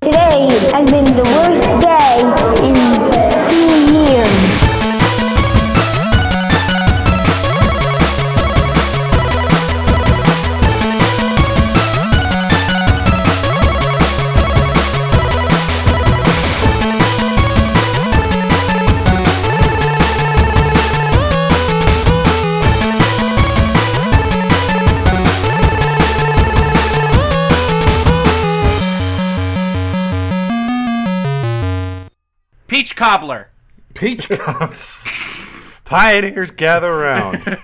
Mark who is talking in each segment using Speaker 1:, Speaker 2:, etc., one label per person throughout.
Speaker 1: day. I've been the worst day in two years.
Speaker 2: Peach cobbler.
Speaker 3: Peach cobbler. Pioneers gather around.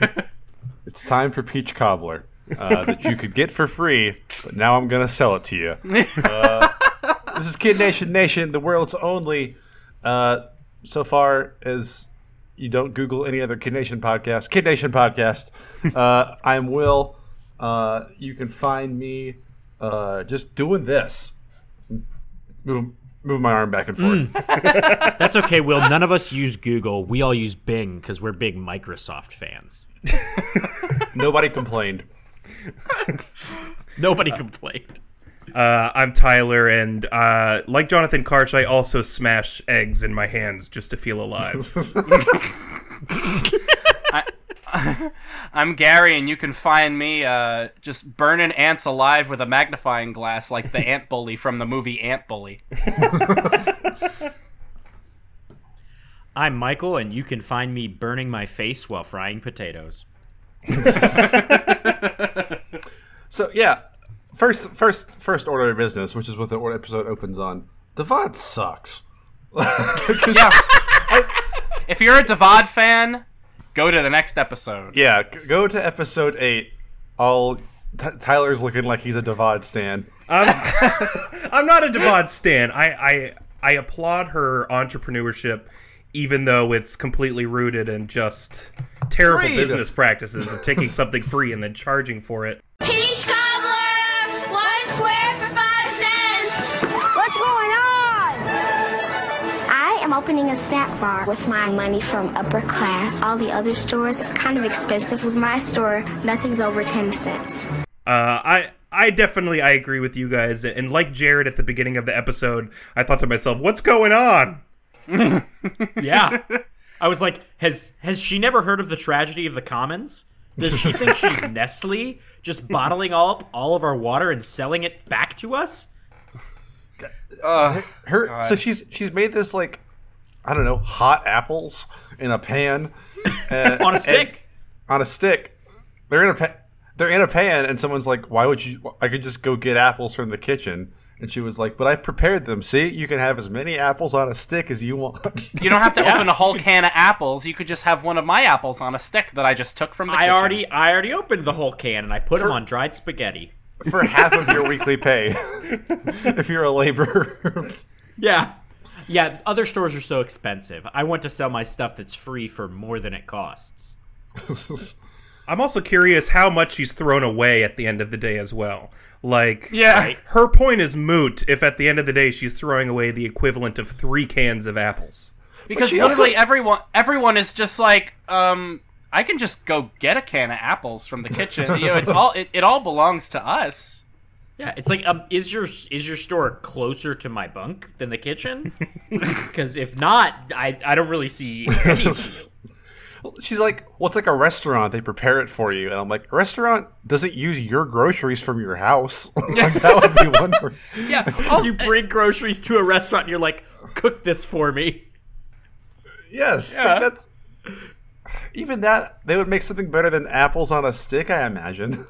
Speaker 3: it's time for peach cobbler uh, that you could get for free, but now I'm gonna sell it to you. Uh, this is Kid Nation Nation, the world's only. Uh, so far as you don't Google any other Kid Nation podcast, Kid Nation podcast. Uh, I'm Will. Uh, you can find me uh, just doing this. Move, move my arm back and forth.
Speaker 4: That's okay, Will. None of us use Google. We all use Bing because we're big Microsoft fans.
Speaker 3: Nobody complained.
Speaker 4: Nobody complained.
Speaker 5: Uh, I'm Tyler, and uh, like Jonathan Karch, I also smash eggs in my hands just to feel alive.
Speaker 2: I'm Gary, and you can find me uh, just burning ants alive with a magnifying glass, like the ant bully from the movie Ant Bully.
Speaker 4: I'm Michael, and you can find me burning my face while frying potatoes.
Speaker 3: So yeah, first first first order of business, which is what the order episode opens on. Devon sucks. 'Cause-
Speaker 2: If you're a Devad fan, go to the next episode.
Speaker 3: yeah, g- go to episode eight. All T- Tyler's looking like he's a Devod stan.
Speaker 5: I'm not a Devod stan. I, I I applaud her entrepreneurship, even though it's completely rooted in just terrible
Speaker 3: Greed.
Speaker 5: business practices of taking something free and then charging for it.
Speaker 6: Peach cobbler! One square for five cents!
Speaker 1: What's going on? I am opening a snack bar with my money from upper class. All the other stores, it's kind of expensive. With my store, nothing's over 10 cents.
Speaker 5: Uh, I I definitely I agree with you guys, and like Jared at the beginning of the episode, I thought to myself, "What's going on?"
Speaker 4: Yeah. I was like, has has she never heard of the tragedy of the commons? Does she think she's Nestle, just bottling all up all of our water and selling it back to us?
Speaker 3: Her so she's she's made this like I don't know hot apples in a pan uh,
Speaker 4: On a stick.
Speaker 3: on a stick. They're in a pa- they're in a pan, and someone's like, "Why would you? I could just go get apples from the kitchen." And she was like, "But I've prepared them. See, you can have as many apples on a stick as you want."
Speaker 2: You don't have to open a whole can of apples. You could just have one of my apples on a stick that I just took from the
Speaker 4: I
Speaker 2: kitchen.
Speaker 4: already I already opened the whole can and I put them on dried spaghetti.
Speaker 3: for half of your weekly pay if you're a laborer.
Speaker 4: Yeah. Yeah, other stores are so expensive. I want to sell my stuff that's free for more than it costs.
Speaker 5: I'm also curious how much she's thrown away at the end of the day as well. Like,
Speaker 2: Yeah.
Speaker 5: her point is moot if at the end of the day she's throwing away the equivalent of three cans of apples.
Speaker 2: Because
Speaker 3: she also-
Speaker 2: literally everyone everyone is just like, um, I can just go get a can of apples from the kitchen. You know, it's all it, it all belongs to us.
Speaker 4: Yeah, it's like um, is your is your store closer to my bunk than the kitchen? Because if not, I I don't really see. any-
Speaker 3: She's like, well, it's like a restaurant. They prepare it for you. And I'm like, a restaurant doesn't use your groceries from your house. like, that would be one. word.
Speaker 2: Yeah. Oh,
Speaker 4: you bring groceries to a restaurant, and you're like, cook this for me.
Speaker 3: Yes. like, that's Even that, they would make something better than apples on a stick, I imagine.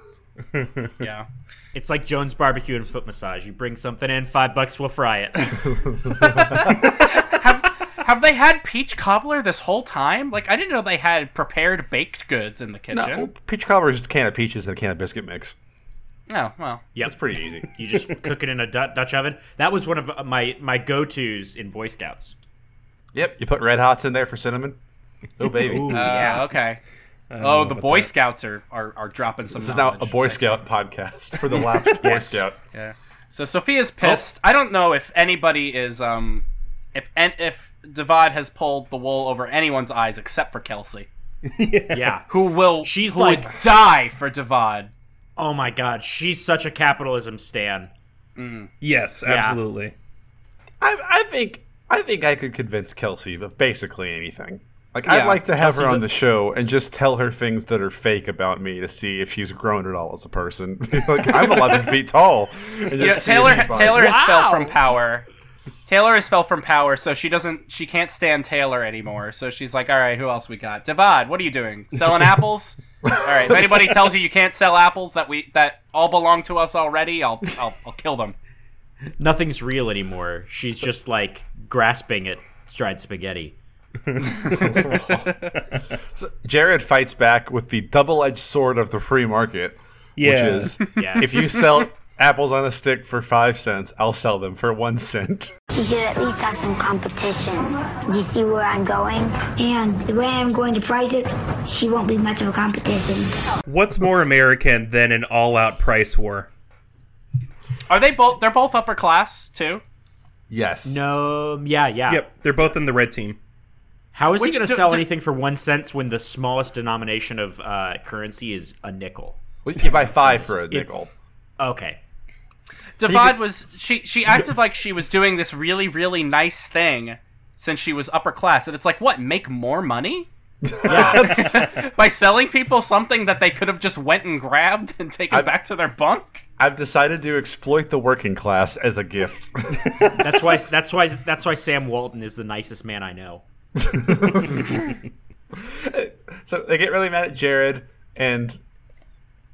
Speaker 2: yeah.
Speaker 4: It's like Jones Barbecue and foot massage. You bring something in, five bucks, we'll fry it.
Speaker 2: Have they had peach cobbler this whole time? Like I didn't know they had prepared baked goods in the kitchen.
Speaker 3: No, peach cobbler is just a can of peaches and a can of biscuit mix.
Speaker 2: Oh well.
Speaker 4: Yeah,
Speaker 3: That's pretty easy.
Speaker 4: You just cook it in a Du- Dutch oven. That was one of uh, my my go tos in Boy Scouts.
Speaker 3: Yep. You put red hots in there for cinnamon. Oh, baby.
Speaker 4: Ooh,
Speaker 2: Uh,
Speaker 4: yeah.
Speaker 2: Okay. Oh, the Boy Scouts are, are, are dropping some.
Speaker 3: This is now a
Speaker 2: knowledge.
Speaker 3: Boy Scout podcast for the lapsed Boy Scout.
Speaker 2: Yeah. So Sophia's
Speaker 3: Oh.
Speaker 2: pissed. I don't know if anybody is um if and if Devad has pulled the wool over anyone's eyes except for Kelsey,
Speaker 4: Yeah.
Speaker 2: who will
Speaker 4: She's
Speaker 2: who would
Speaker 4: like-
Speaker 2: die for Devad.
Speaker 4: Oh my God, she's such a capitalism stan.
Speaker 5: Yes, absolutely.
Speaker 3: I, I think I think I could convince Kelsey of basically anything. Like
Speaker 2: Yeah,
Speaker 3: I'd like to have her
Speaker 4: Kelsey's
Speaker 3: on
Speaker 4: a-
Speaker 3: the show and just tell her things that are fake about me to see if she's grown at all as a person. like I'm 11 feet tall. and just
Speaker 2: Yeah,
Speaker 3: see if
Speaker 2: Taylor
Speaker 3: she buys
Speaker 2: Taylor
Speaker 3: it.
Speaker 2: has fell
Speaker 4: Wow.
Speaker 2: from power. Taylor has fell from power, so she doesn't she can't stand Taylor anymore. So she's like, "All right, who else we got? Devad, what are you doing? Selling apples? All right, if anybody tells you you can't sell apples that we that all belong to us already, I'll I'll, I'll kill them."
Speaker 4: Nothing's real anymore. She's just like grasping at dried spaghetti.
Speaker 3: Jared fights back with the double-edged sword of the free market,
Speaker 5: Yeah.
Speaker 3: which is
Speaker 4: Yeah.
Speaker 3: if you sell apples on a stick for 5 cents, I'll sell them for 1 cent.
Speaker 1: You should at least have some competition. Do you see where I'm going? And the way I'm going to price it, she won't be much of a competition.
Speaker 5: What's more American than an all-out price war?
Speaker 2: Are they both? They're both upper class too.
Speaker 3: Yes.
Speaker 4: No, yeah, yeah.
Speaker 5: Yep, they're both in the red team.
Speaker 4: How is
Speaker 2: Which
Speaker 4: he going
Speaker 2: do-
Speaker 4: to sell
Speaker 2: do-
Speaker 4: anything for one cent when the smallest denomination of uh, currency is a nickel?
Speaker 3: Well, you buy 5 for a nickel.
Speaker 4: Okay.
Speaker 2: Devad was she she acted like she was doing this really really nice thing since she was upper class, and it's like, what? Make more money? by selling people something that they could have just went and grabbed and taken back to their bunk.
Speaker 3: I've decided to exploit the working class as a gift.
Speaker 4: That's why. That's why. That's why Sam Walton is the nicest man I know.
Speaker 3: So they get really mad at Jared, and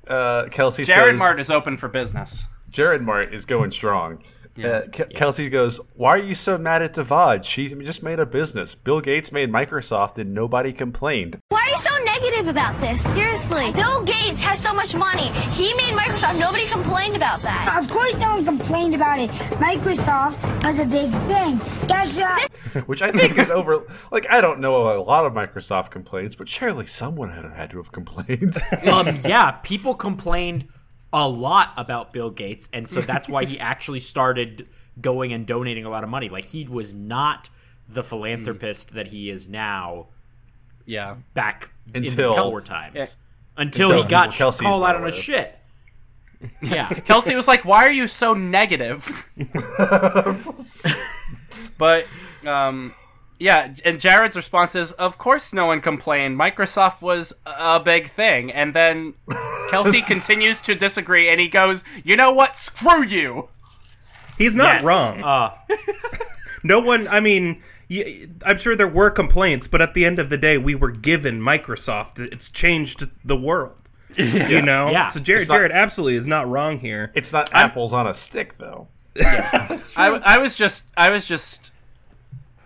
Speaker 3: uh, Kelsey
Speaker 2: Jared
Speaker 3: says
Speaker 2: Mart is open for business.
Speaker 3: Jared Mart is going strong. Uh, Ke- Kelsey goes, "Why are you so mad at Devad? She just made a business. Bill Gates made Microsoft, and nobody complained."
Speaker 6: Why are you so negative about this? Seriously. Bill Gates has so much money. He made Microsoft. Nobody complained about that.
Speaker 1: Of course, no one complained about it. Microsoft was a big thing. That's uh,
Speaker 3: Which I think is over. Like I don't know a lot of Microsoft complaints, but surely someone had, had to have complained.
Speaker 4: Um, yeah, people complained a lot about Bill Gates, and so that's why he actually started going and donating a lot of money. Like he was not the philanthropist that he is now
Speaker 2: Yeah.
Speaker 4: back
Speaker 3: Until-
Speaker 4: in war times. until,
Speaker 3: until
Speaker 4: he got
Speaker 3: Kelsey's
Speaker 4: called out
Speaker 3: not
Speaker 4: on his
Speaker 3: aware.
Speaker 4: shit. Yeah.
Speaker 2: Kelsey was like, "Why are you so negative?" but um yeah, and Jared's response is, "Of course no one complained. Microsoft was a big thing." And then Kelsey continues to disagree and he goes, "You know what? Screw you."
Speaker 5: He's not wrong.
Speaker 4: Uh,
Speaker 5: No one, I mean, y- I'm sure there were complaints, but at the end of the day, we were given Microsoft. It's changed the world. You know?
Speaker 4: Yeah.
Speaker 5: So Jared,
Speaker 3: It's not-
Speaker 5: Jared absolutely is not wrong here.
Speaker 3: it's not apples on a stick, though.
Speaker 2: I, I was just I was just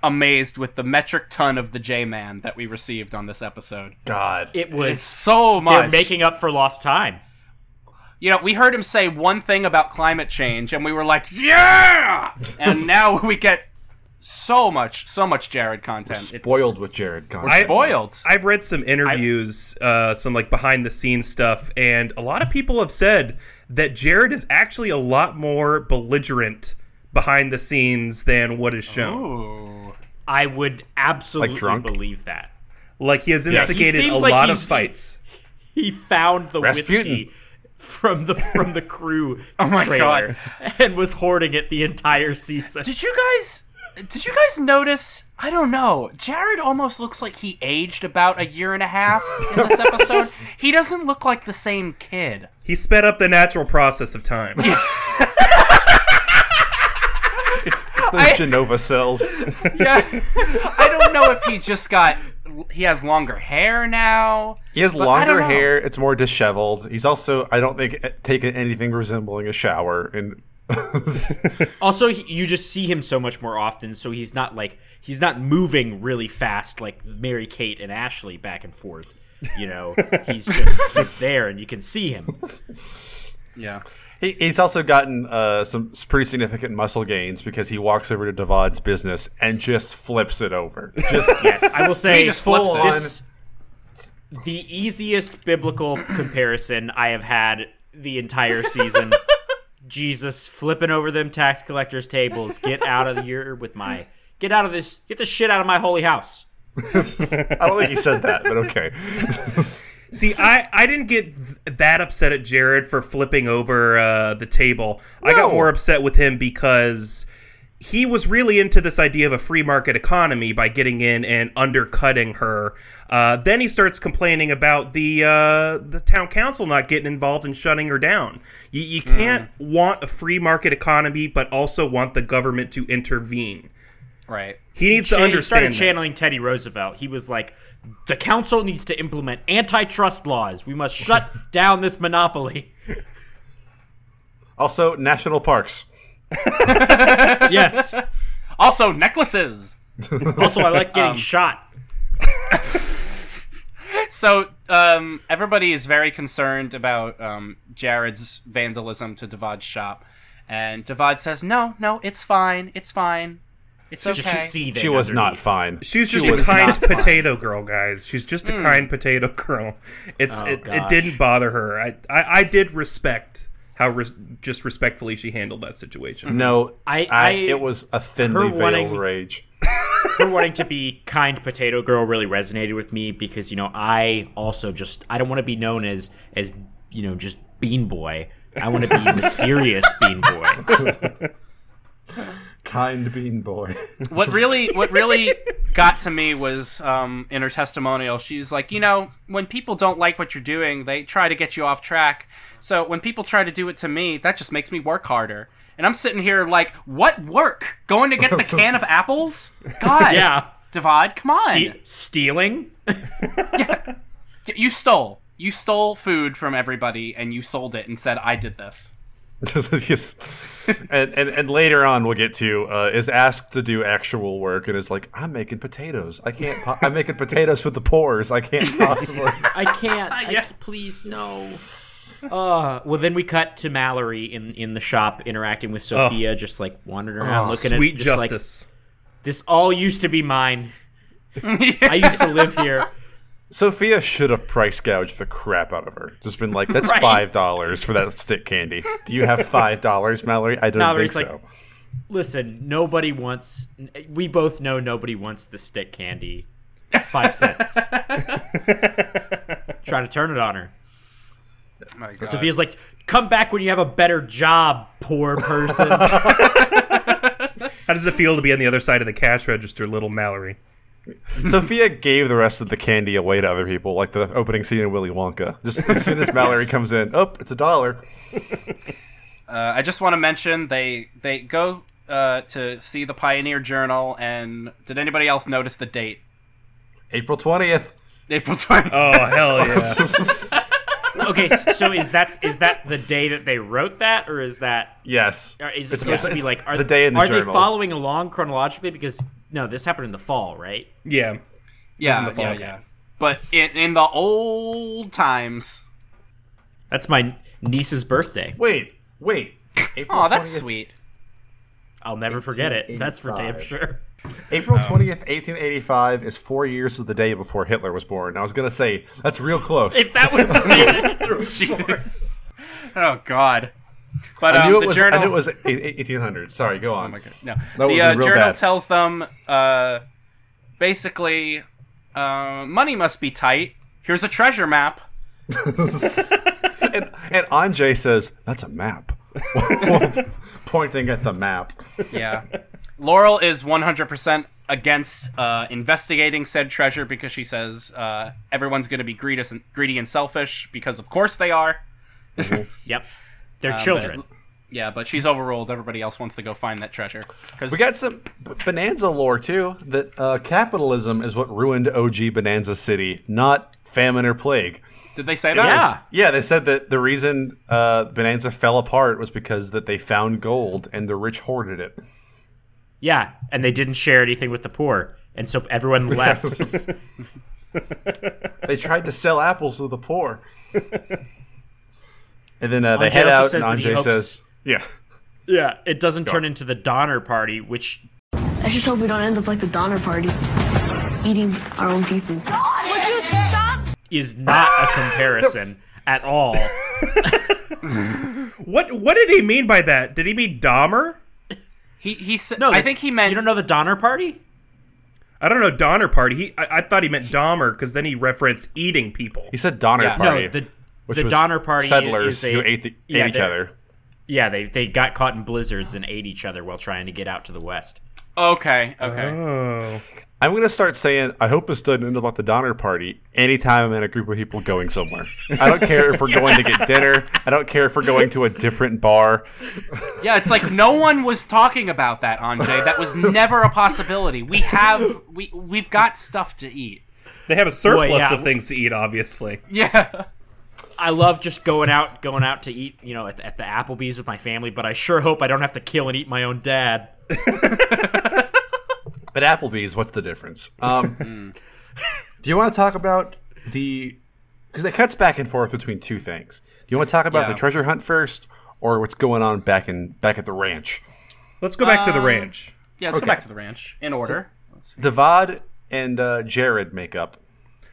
Speaker 2: amazed with the metric ton of the J-man that we received on this episode.
Speaker 3: God,
Speaker 4: it was.
Speaker 2: So much.
Speaker 4: They're making up for lost time.
Speaker 2: you know, we heard him say one thing about climate change, and we were like, "Yeah!" And now we get so much, so much Jared content. It's
Speaker 3: spoiled with Jared. Content.
Speaker 5: I-
Speaker 2: spoiled.
Speaker 5: I've read some interviews, uh, some like behind the scenes stuff, and a lot of people have said that Jared is actually a lot more belligerent behind the scenes than what is shown.
Speaker 4: Oh.
Speaker 2: Ooh.
Speaker 4: I would absolutely
Speaker 3: drunk?
Speaker 4: believe that.
Speaker 5: Like he has
Speaker 3: Yes.
Speaker 5: instigated
Speaker 4: He
Speaker 5: a
Speaker 4: seems like
Speaker 5: lot of
Speaker 4: he's-
Speaker 5: fights.
Speaker 4: he found the
Speaker 3: Rasputin.
Speaker 4: whiskey from the from the crew
Speaker 2: my
Speaker 4: trailer and was hoarding it the entire season.
Speaker 2: Did you guys? Did you guys notice? I don't know. Jared almost looks like he aged about a year and a half in this episode. he doesn't look like the same kid.
Speaker 5: He sped up the natural process of time.
Speaker 3: It's, it's those Genova cells.
Speaker 2: Yeah. I don't know if he just got. He has longer hair now.
Speaker 3: He has
Speaker 2: but I don't
Speaker 3: longer
Speaker 2: know.
Speaker 3: hair. It's more disheveled. He's also, I don't think, taken anything resembling a shower. And
Speaker 4: Also, he, you just see him so much more often, so he's not like he's not moving really fast like Mary Kate and Ashley back and forth. You know, he's just he's there and you can see him.
Speaker 2: Yeah.
Speaker 3: he, he's also gotten uh, some s- pretty significant muscle gains because he walks over to Devad's business and just flips it over. Just
Speaker 4: Yes, I will say
Speaker 2: He just flips
Speaker 4: full
Speaker 2: it.
Speaker 4: This, the easiest biblical comparison I have had the entire season. Jesus flipping over them tax collectors' tables. Get out of here with my get out of this get the shit out of my holy house.
Speaker 3: I don't think he said that, but okay.
Speaker 5: See, I, I didn't get th- that upset at Jared for flipping over uh, the table. I got
Speaker 3: No.
Speaker 5: more upset with him because he was really into this idea of a free market economy by getting in and undercutting her. Uh, then he starts complaining about the uh, the town council not getting involved and shutting her down. You, you can't want a free market economy but also want the government to intervene.
Speaker 2: Right.
Speaker 5: He needs to
Speaker 4: Chan- he
Speaker 5: understand.
Speaker 4: started
Speaker 5: that.
Speaker 4: channeling Teddy Roosevelt. He was like, "The council needs to implement antitrust laws. We must shut down this monopoly."
Speaker 3: Also, national parks.
Speaker 4: Yes.
Speaker 2: Also, necklaces.
Speaker 4: Also, I like
Speaker 2: Um,
Speaker 4: getting shot.
Speaker 2: So, um, everybody is very concerned about um, Jared's vandalism to Devad's shop, and Devad says, "No, no, it's fine. It's fine. It's okay."
Speaker 4: Just seething
Speaker 3: She was not
Speaker 4: underneath.
Speaker 3: fine.
Speaker 5: She's just
Speaker 2: She
Speaker 5: a
Speaker 2: was
Speaker 5: kind
Speaker 2: not fine.
Speaker 5: potato girl, guys. She's just a kind potato girl. It's it, it
Speaker 4: gosh.
Speaker 5: didn't bother her. I I, I did respect how res- just respectfully she handled that situation.
Speaker 3: No,
Speaker 4: I- I-
Speaker 3: it was a thinly
Speaker 4: her
Speaker 3: veiled
Speaker 4: wanting-
Speaker 3: rage.
Speaker 4: Her wanting to be kind potato girl really resonated with me because you know I also just I don't want to be known as as you know just bean boy. I want to be mysterious bean boy.
Speaker 3: Kind bean boy.
Speaker 2: what really what really got to me was um, in her testimonial she's like you know when people don't like what you're doing they try to get you off track so when people try to do it to me that just makes me work harder and i'm sitting here like what work going to get the can of apples god
Speaker 4: Yeah.
Speaker 2: divide come on
Speaker 4: Ste- stealing.
Speaker 2: you stole you stole food from everybody and you sold it and said i did this
Speaker 3: yes. and, and and later on we'll get to uh, is asked to do actual work and is like I'm making potatoes. I can't. Po- I'm making potatoes for the pores. I can't possibly.
Speaker 4: I can't. I
Speaker 2: Yeah.
Speaker 4: c- please no. Uh, well, then we cut to Mallory in in the shop interacting with Sophia, just like wandering around looking
Speaker 5: Sweet
Speaker 4: at just like,
Speaker 5: justice.
Speaker 4: this all used to be mine. I used to live here.
Speaker 3: Sophia should have price gouged the crap out of her. Just been like, that's
Speaker 4: Right.
Speaker 3: five dollars for that stick candy. Do you have five dollars, Mallory? I don't
Speaker 4: Mallory's
Speaker 3: think
Speaker 4: like,
Speaker 3: so.
Speaker 4: Listen, nobody wants. We both know nobody wants the stick candy. Five cents. Trying to turn it on her.
Speaker 2: oh my god
Speaker 4: Sophia's like, "Come back when you have a better job, poor person."
Speaker 5: How does it feel to be on the other side of the cash register, little Mallory?
Speaker 3: Sophia gave the rest of the candy away to other people, like the opening scene in Willy Wonka. Just as soon as Mallory comes in, oh, it's a dollar.
Speaker 2: Uh, I just want to mention they they go uh, to see the Pioneer Journal, and did anybody else notice the date?
Speaker 3: April twentieth.
Speaker 2: April twenty.
Speaker 5: Oh hell yeah!
Speaker 4: okay, s- so is that is that the day that they wrote that, or is that
Speaker 3: yes.
Speaker 4: Or Is it supposed to be like are,
Speaker 3: the day in the
Speaker 4: are they
Speaker 3: journal.
Speaker 4: following along chronologically? Because no, this happened in the fall, right?
Speaker 5: yeah,
Speaker 2: yeah,
Speaker 5: the fall,
Speaker 2: yeah,
Speaker 5: okay.
Speaker 2: yeah. But in, in the old times,
Speaker 4: That's my niece's birthday.
Speaker 3: Wait, wait. April
Speaker 2: oh, that's
Speaker 3: 20th
Speaker 2: sweet.
Speaker 4: I'll never forget it. That's for damn sure.
Speaker 3: April
Speaker 2: Oh.
Speaker 3: twentieth, eighteen eighty-five, is four years of the day before Hitler was born. I was gonna say that's real close.
Speaker 4: If that was the thing,
Speaker 2: Jesus. Oh God. But
Speaker 3: I
Speaker 2: um,
Speaker 3: knew
Speaker 2: the
Speaker 3: it was.
Speaker 2: journal.
Speaker 3: I knew it was eighteen hundred. Sorry, go on.
Speaker 2: Oh my God. No.
Speaker 3: That would
Speaker 2: the
Speaker 3: be
Speaker 2: uh,
Speaker 3: real
Speaker 2: journal
Speaker 3: bad.
Speaker 2: tells them uh, basically uh, money must be tight. Here's a treasure map.
Speaker 3: and, and Anjay says, "That's a map," pointing at the map.
Speaker 2: Yeah. Laurel is 100% against uh, investigating said treasure because she says uh, everyone's going to be greedy and, greedy and selfish because, of course, they are.
Speaker 4: yep, they're
Speaker 2: Uh,
Speaker 4: children.
Speaker 2: but- yeah, but she's overruled. Everybody else wants to go find that treasure. 'Cause-
Speaker 3: We got some b- Bonanza lore too. That uh, capitalism is what ruined OG Bonanza City, not famine or plague.
Speaker 2: did they say that?
Speaker 4: Yeah.
Speaker 3: Yeah, they said that the reason uh, Bonanza fell apart was because that they found gold and the rich hoarded it.
Speaker 4: Yeah, and they didn't share anything with the poor, and so everyone left.
Speaker 3: They tried to sell apples to the poor. And then uh, they
Speaker 4: Anjay
Speaker 3: head
Speaker 4: also
Speaker 3: out, and
Speaker 4: says that he
Speaker 3: Anjay
Speaker 4: hopes-
Speaker 3: says, "Yeah."
Speaker 4: yeah, it doesn't turn into the Donner Party, which
Speaker 7: Let's just hope we don't end up like the Donner Party, eating our own people.
Speaker 6: Would you stop?
Speaker 4: is not a comparison at all.
Speaker 5: What what did he mean by that? Did he mean Dahmer?
Speaker 2: He, he said,
Speaker 4: No,
Speaker 2: I think he meant.
Speaker 4: You don't know the Donner Party?
Speaker 5: I don't know Donner Party. He I, I thought he meant Dahmer because then he referenced eating people.
Speaker 3: He said Donner
Speaker 2: Yes.
Speaker 3: Party.
Speaker 4: No, the
Speaker 3: which
Speaker 4: the
Speaker 3: was
Speaker 4: Donner Party
Speaker 3: settlers
Speaker 4: is a,
Speaker 3: who ate, the,
Speaker 4: yeah,
Speaker 3: ate each
Speaker 4: they're-
Speaker 3: other.
Speaker 4: Yeah, they they got caught in blizzards and ate each other while trying to get out to the west.
Speaker 2: Okay, okay.
Speaker 3: Uh-huh.
Speaker 5: Oh.
Speaker 3: I'm gonna start saying I hope this doesn't end up at the Donner Party anytime I'm in a group of people going somewhere. I don't care if we're going to get dinner. I don't care if we're going to a different bar.
Speaker 2: Yeah, it's like no one was talking about that, Anjay. That was never a possibility. We have we we've got stuff to eat.
Speaker 5: They have a surplus
Speaker 4: yeah.
Speaker 5: of things to eat, obviously.
Speaker 2: Yeah.
Speaker 4: I love just going out, going out to eat, you know, at the, at the Applebee's with my family. But I sure hope I don't have to kill and eat my own dad.
Speaker 3: At Applebee's, what's the difference? Um, do you want to talk about the? Because it cuts back and forth between two things. Do you want to talk about
Speaker 2: Yeah.
Speaker 3: the treasure hunt first, or what's going on back in back at the ranch?
Speaker 5: Let's go back to the ranch.
Speaker 2: Yeah, let's go back to the ranch in order.
Speaker 3: Devad and uh, Jared make up.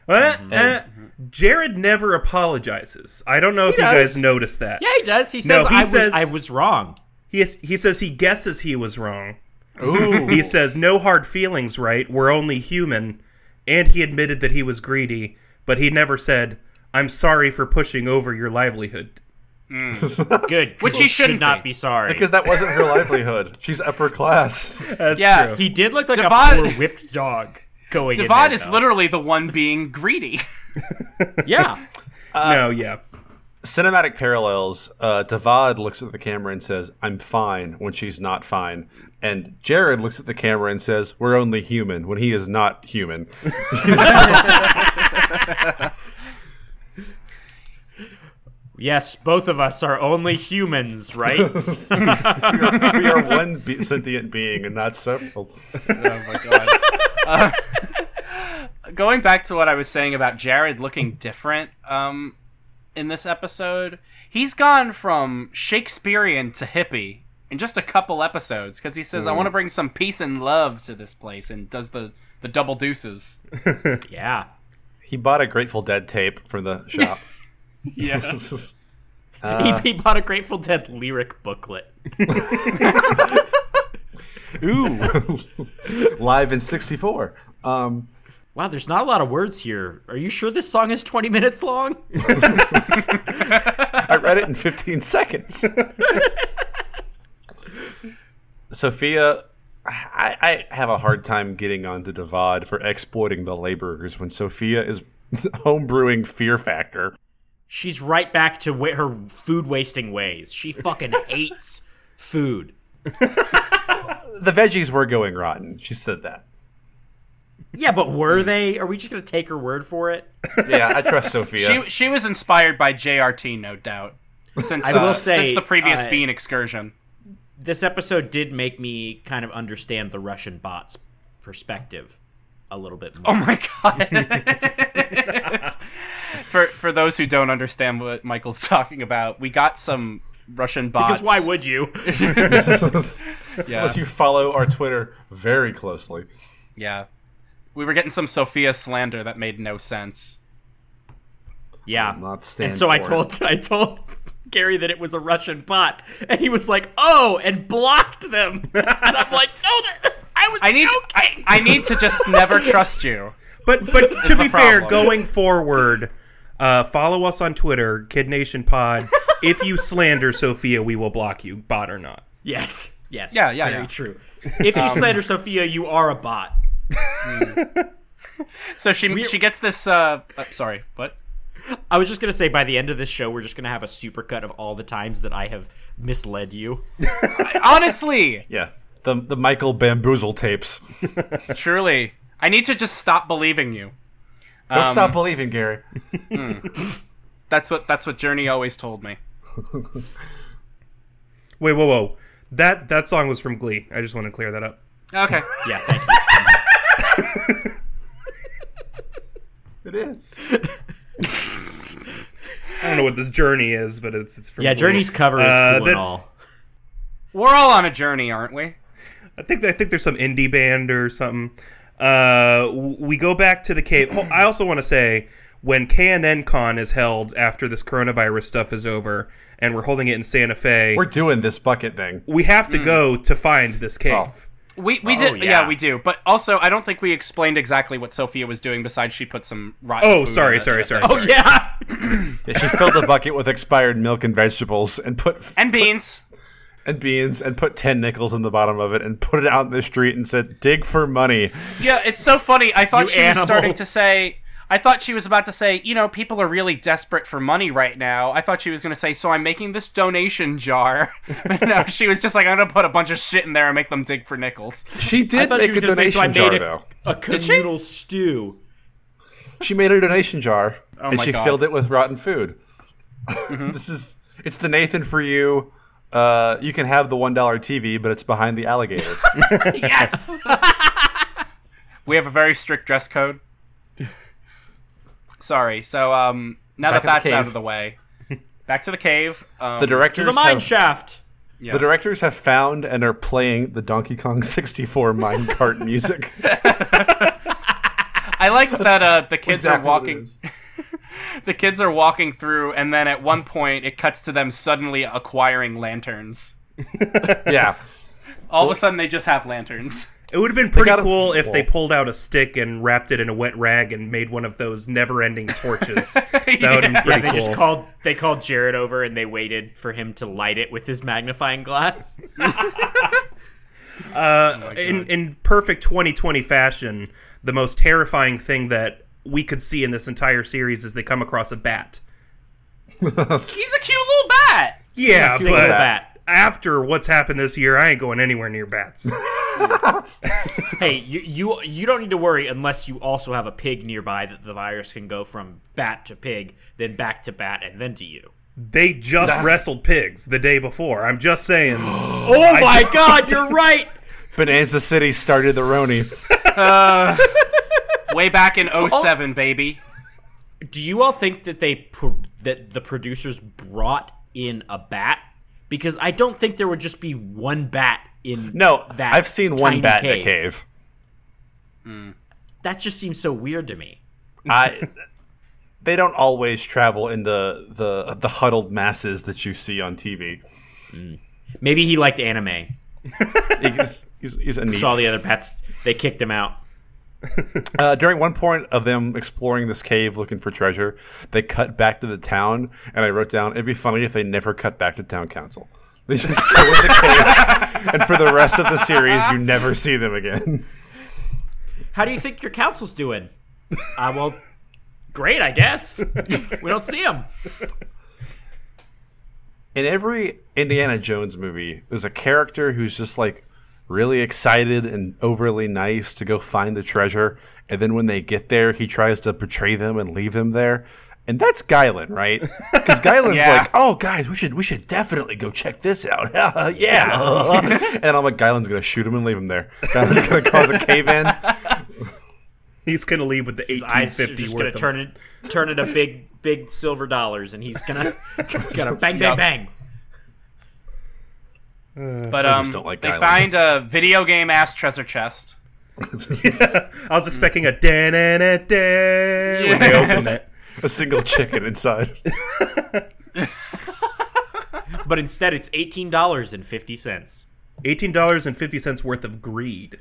Speaker 5: Uh, uh, Jared never apologizes. I don't know if you
Speaker 4: does.
Speaker 5: guys noticed that.
Speaker 4: Yeah, he does. He
Speaker 5: No,
Speaker 4: says,
Speaker 5: he
Speaker 4: I,
Speaker 5: says-
Speaker 4: was, I was wrong.
Speaker 5: He, is, he says he guesses he was wrong.
Speaker 3: Ooh,
Speaker 5: He says, no hard feelings, right? We're only human. And he admitted that he was greedy, but he never said, I'm sorry for pushing over your livelihood.
Speaker 4: Good.
Speaker 2: Which
Speaker 4: people
Speaker 2: he shouldn't
Speaker 4: should not
Speaker 2: be.
Speaker 4: be sorry.
Speaker 3: because that wasn't her livelihood. She's upper class.
Speaker 5: That's
Speaker 2: Yeah,
Speaker 5: true.
Speaker 4: he did look like
Speaker 2: Devon-
Speaker 4: a poor whipped dog going. in
Speaker 2: Devad
Speaker 4: there,
Speaker 2: is
Speaker 4: though.
Speaker 2: literally the one being greedy.
Speaker 4: yeah.
Speaker 5: no, yeah.
Speaker 3: cinematic parallels uh, Devad looks at the camera and says i'm fine when she's not fine and jared looks at the camera and says we're only human when he is not human
Speaker 4: Yes, both of us are only humans, right?
Speaker 3: we are one be- sentient being and not several
Speaker 2: Oh my god. Uh, going back to what I was saying about Jared looking different um, in this episode, he's gone from Shakespearean to hippie in just a couple episodes because he says, "I want to bring some peace and love to this place," and does the the double deuces.
Speaker 4: yeah.
Speaker 3: he bought a grateful dead tape from the shop yes
Speaker 2: Uh.
Speaker 4: he, he bought a Grateful Dead lyric booklet.
Speaker 3: ooh live in 64 um,
Speaker 4: Wow, there's not a lot of words here. Are you sure this song is 20 minutes long?
Speaker 3: I read it in 15 seconds. Sophia, I, I have a hard time getting onto Devad for exploiting the laborers when Sophia is homebrewing Fear Factor.
Speaker 4: She's right back to wh- her food wasting ways. She fucking hates food.
Speaker 3: The veggies were going rotten. She said that.
Speaker 4: Yeah, but were they? Are we just gonna take her word for it?
Speaker 3: Yeah, I trust Sophia.
Speaker 2: She she was inspired by JRT, no doubt. Since
Speaker 4: I will
Speaker 2: uh,
Speaker 4: say,
Speaker 2: since the previous
Speaker 4: uh,
Speaker 2: Bean excursion.
Speaker 4: This episode did make me kind of understand the Russian bots' perspective a little bit more.
Speaker 2: Oh my god. for for those who don't understand what Michael's talking about, we got some Russian bots.
Speaker 4: because why would you?
Speaker 3: Unless
Speaker 2: yeah,
Speaker 3: you follow our Twitter very closely.
Speaker 2: yeah. We were getting some Sophia slander that made no sense.
Speaker 4: yeah,
Speaker 3: Not stand
Speaker 4: and so I
Speaker 3: for it.
Speaker 4: told I told Gary that it was a Russian bot, and he was like, "Oh," and blocked them. and I'm like, "No, that- I was
Speaker 2: I need I,
Speaker 4: joking."
Speaker 2: I need to just never trust you.
Speaker 5: But but to be fair,
Speaker 2: problem.
Speaker 5: going forward, uh, follow us on Twitter, Kid Nation Pod. if you slander Sophia, we will block you, bot or not.
Speaker 4: yes, yes,
Speaker 2: Yeah, yeah, Um,
Speaker 4: very
Speaker 2: yeah.
Speaker 4: true. If you slander Sophia, you are a bot.
Speaker 2: So she she gets this uh, uh sorry, what?
Speaker 4: I was just gonna say by the end of this show, we're just gonna have a supercut of all the times that I have misled you.
Speaker 2: Honestly,
Speaker 3: Yeah. The, the Michael Bamboozle tapes.
Speaker 2: truly, I need to just stop believing you.
Speaker 4: Um,
Speaker 3: Don't stop believing, Gary.
Speaker 2: That's what that's what Journey always told me.
Speaker 5: Wait, whoa, whoa. That that song was from Glee. I just want to clear that up.
Speaker 2: Okay.
Speaker 4: Yeah, thank you.
Speaker 3: It is.
Speaker 5: I don't know what this journey is, but it's it's from
Speaker 4: yeah,
Speaker 5: Glee.
Speaker 4: Journey's cover is
Speaker 5: Uh,
Speaker 4: cool
Speaker 5: that-
Speaker 4: and all.
Speaker 2: We're all on a journey, aren't we?
Speaker 5: I think I think there's some indie band or something. Uh, w- we go back to the cave. Oh, I also want to say when KNN Con is held after this coronavirus stuff is over, and we're holding it in Santa Fe.
Speaker 3: We're doing this bucket thing.
Speaker 5: we have to go to find this cave.
Speaker 3: Oh.
Speaker 2: We we did yeah.
Speaker 4: yeah.
Speaker 2: we do. But also I don't think we explained exactly what Sophia was doing besides she put some rotten
Speaker 5: Oh,
Speaker 2: food
Speaker 5: sorry,
Speaker 2: in it.
Speaker 5: sorry, sorry,
Speaker 4: Oh
Speaker 5: sorry.
Speaker 4: yeah,
Speaker 3: Yeah, she filled the bucket with expired milk and vegetables and put
Speaker 2: And beans.
Speaker 3: and beans and put 10 nickels in the bottom of it and put it out in the street and said, dig for money.
Speaker 2: Yeah, it's so funny. I thought
Speaker 4: You
Speaker 2: she was starting
Speaker 4: animals.
Speaker 2: to say. I thought she was about to say, you know, people are really desperate for money right now. I thought she was going to say, so I'm making this donation jar. but no, she was just like, I'm going to put a bunch of shit in there and make them dig for nickels.
Speaker 3: She
Speaker 4: I
Speaker 3: did
Speaker 4: thought
Speaker 3: make
Speaker 4: you
Speaker 3: a
Speaker 4: were going to say, so I
Speaker 3: donation jar,
Speaker 4: made a,
Speaker 3: though.
Speaker 4: a communal stew.
Speaker 3: She made a donation jar and
Speaker 2: my
Speaker 3: she
Speaker 2: God.
Speaker 3: filled it with rotten food. this is, it's the Nathan for you. Uh, you can have the $1 TV, but it's behind the alligator.
Speaker 2: Yes! we have a very strict dress code. Sorry. So, um, now that
Speaker 3: Back in the
Speaker 2: that's out
Speaker 3: cave.
Speaker 2: of the way, back to the cave. Um,
Speaker 3: the directors
Speaker 4: The mine
Speaker 3: have-
Speaker 4: shaft.
Speaker 2: yeah.
Speaker 3: The directors have found and are playing the Donkey Kong 64 minecart music.
Speaker 2: I like that uh, the kids
Speaker 3: Exactly
Speaker 2: are
Speaker 3: what it
Speaker 2: walking.
Speaker 3: is.
Speaker 2: The kids are walking through, and then at one point, it cuts to them suddenly acquiring lanterns.
Speaker 3: Yeah.
Speaker 2: All of a sudden, they just have lanterns.
Speaker 5: It would have been pretty
Speaker 3: got a-
Speaker 5: cool if they
Speaker 3: Well.
Speaker 5: pulled out a stick and wrapped it in a wet rag and made one of those never-ending torches. that would have been
Speaker 2: Yeah.
Speaker 5: pretty
Speaker 4: They
Speaker 5: cool.
Speaker 4: just called. They called Jared over and they waited for him to light it with his magnifying glass.
Speaker 5: Uh, Oh in in perfect 2020 fashion, the most terrifying thing that we could see in this entire series is they come across a bat.
Speaker 2: He's a cute little bat.
Speaker 5: Yeah,
Speaker 4: Single
Speaker 5: but
Speaker 4: bat.
Speaker 5: after what's happened this year, I ain't going anywhere near bats.
Speaker 4: Hey, you, you you don't need to worry unless you also have a pig nearby that the virus can go from bat to pig, then back to bat, and then to you.
Speaker 5: they just wrestled pigs the day before. I'm just saying.
Speaker 4: Oh my God, you're right.
Speaker 3: Bonanza City started the Roni.
Speaker 2: Way back in
Speaker 3: Oh.
Speaker 2: 07, baby.
Speaker 4: Do you all think that they pro- that the producers brought in a bat? Because I don't think there would just be one bat in
Speaker 3: No,
Speaker 4: that.
Speaker 3: I've seen one
Speaker 4: tiny
Speaker 3: bat in a cave.
Speaker 4: That just seems so weird to me.
Speaker 3: I. They don't always travel in the, the the huddled masses that you see on TV.
Speaker 4: Maybe he liked anime.
Speaker 3: He's, he's, he's a neat.
Speaker 4: Saw the other bats. They kicked him out.
Speaker 3: Uh, during one point of them exploring this cave looking for treasure, they cut back to the town, and I wrote down, it'd be funny if they never cut back to town council. They just go in the cave, and for the rest of the series, you never see them again.
Speaker 4: How do you think your council's doing? Uh, well, great, I guess. We don't see him.
Speaker 3: In every Indiana Jones movie, there's a character who's just like really excited and overly nice to go find the treasure, and then when they get there, he tries to betray them and leave them there. And that's Guylin, right? Because Guylin's
Speaker 2: Yeah.
Speaker 3: like, "Oh, guys, we should we should definitely go check this out." yeah, and I'm like, Guylin's gonna shoot him and leave him there. Guylin's gonna cause a cave in.
Speaker 5: He's gonna leave with the
Speaker 4: Eyes are
Speaker 5: 1850
Speaker 4: just
Speaker 5: worth
Speaker 4: gonna
Speaker 5: of
Speaker 4: turn it, turn it a big, big silver dollars, and he's gonna, gonna bang,
Speaker 2: Yup.
Speaker 4: bang, bang.
Speaker 2: But um,
Speaker 3: don't like
Speaker 2: they
Speaker 3: Thailand.
Speaker 2: find a video game ass treasure chest.
Speaker 5: I was expecting a dan dan dan when they opened it.
Speaker 3: A single chicken inside.
Speaker 4: But instead, it's eighteen dollars and fifty cents.
Speaker 5: Eighteen dollars and fifty cents worth of greed.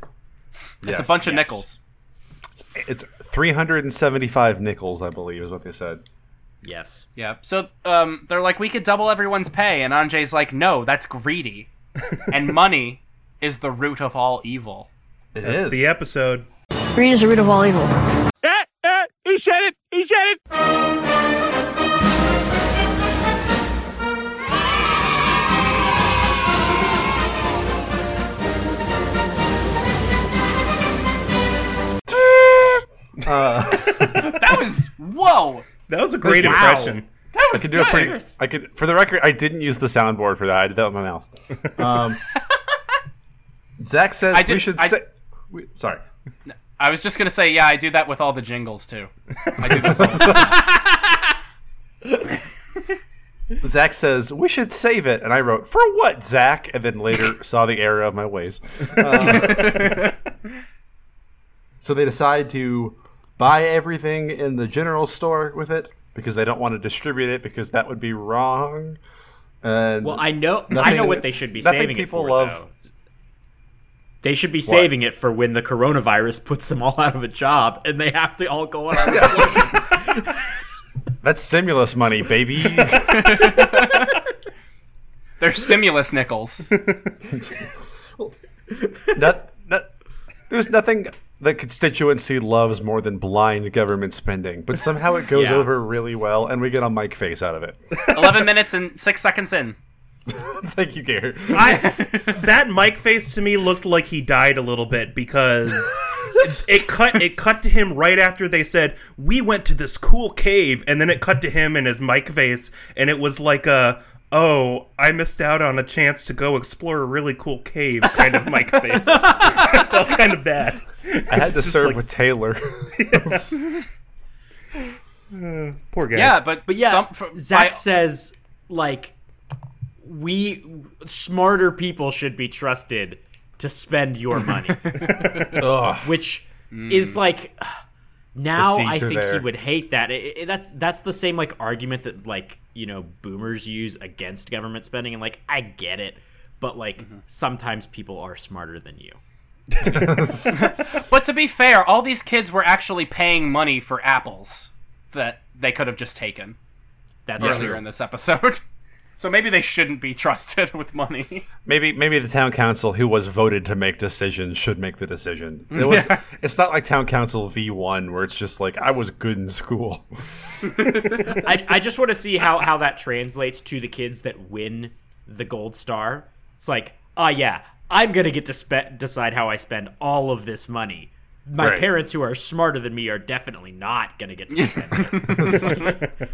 Speaker 2: It's a bunch of nickels.
Speaker 3: It's 375 nickels, I believe, is what they said.
Speaker 4: Yes.
Speaker 2: Yeah. So um, they're like, we could double everyone's pay, and Anjay's like, no, that's greedy, and money is the root of all evil.
Speaker 3: It
Speaker 5: That's the episode.
Speaker 7: Greed is the root of all evil.
Speaker 2: That was whoa.
Speaker 5: That was a great
Speaker 4: Wow.
Speaker 5: impression.
Speaker 2: That was
Speaker 3: I could do a
Speaker 2: good.
Speaker 3: pretty. I could, for the record, I didn't use the soundboard for that. I did that with my mouth. Um, Zach says
Speaker 2: I did-
Speaker 3: we should
Speaker 2: I-
Speaker 3: say. We, sorry,
Speaker 2: I was just gonna say, yeah, I do that with all the jingles too. I do those. all-
Speaker 3: Zach says we should save it, and I wrote for what, Zach? And then later saw the error of my ways. Uh, so they decide to buy everything in the general store with it because they don't want to distribute it because that would be wrong. And
Speaker 4: Well, I know, I
Speaker 3: Nothing-
Speaker 4: know what they should be
Speaker 3: nothing
Speaker 4: saving
Speaker 3: people
Speaker 4: it for.
Speaker 3: love-
Speaker 4: though. They should be saving it for when the coronavirus puts them all out of a job and they have to all go on.
Speaker 3: that's stimulus money, baby.
Speaker 2: They're stimulus nickels.
Speaker 3: Not, not, there's nothing the constituency loves more than blind government spending, but somehow it goes
Speaker 4: Yeah.
Speaker 3: over really well, and we get a mic face out of it.
Speaker 2: Eleven minutes and six seconds in.
Speaker 3: Thank you, Garrett.
Speaker 5: I, that Mike face to me looked like he died a little bit because it, it cut it cut to him right after they said we went to this cool cave, and then it cut to him and his Mike face, and it was like a oh I missed out on a chance to go explore a really cool cave kind of Mike face. I felt kind of bad.
Speaker 3: I had to
Speaker 5: just
Speaker 3: serve
Speaker 5: like-
Speaker 3: with Taylor.
Speaker 5: Poor guy.
Speaker 2: Yeah, but
Speaker 4: But yeah,
Speaker 2: some, for,
Speaker 4: Zach
Speaker 2: by-
Speaker 4: says like we smarter people should be trusted to spend your money,
Speaker 3: Ugh.
Speaker 4: which
Speaker 2: Hmm.
Speaker 4: is like
Speaker 3: The
Speaker 4: now
Speaker 3: seeds
Speaker 4: I
Speaker 3: are
Speaker 4: think he
Speaker 3: there.
Speaker 4: would hate that. It- it- that's that's the same like argument that like you know boomers use against government spending, and like I get it, but like
Speaker 2: Mm-hmm.
Speaker 4: sometimes people are smarter than you.
Speaker 2: But to be fair, all these kids were actually paying money for apples that they could have just taken
Speaker 4: That's
Speaker 2: earlier
Speaker 4: true.
Speaker 2: in this episode. So maybe they shouldn't be trusted with money.
Speaker 3: Maybe maybe the town council who was voted to make decisions should make the decision. It was it's not like town council V one where it's just like I was good in school.
Speaker 4: I, I just want to see how, how that translates to the kids that win the gold star. It's like, oh yeah, I'm gonna get to spe- decide how I spend all of this money. My
Speaker 3: Right.
Speaker 4: parents, who are smarter than me, are definitely not gonna get to spend. it.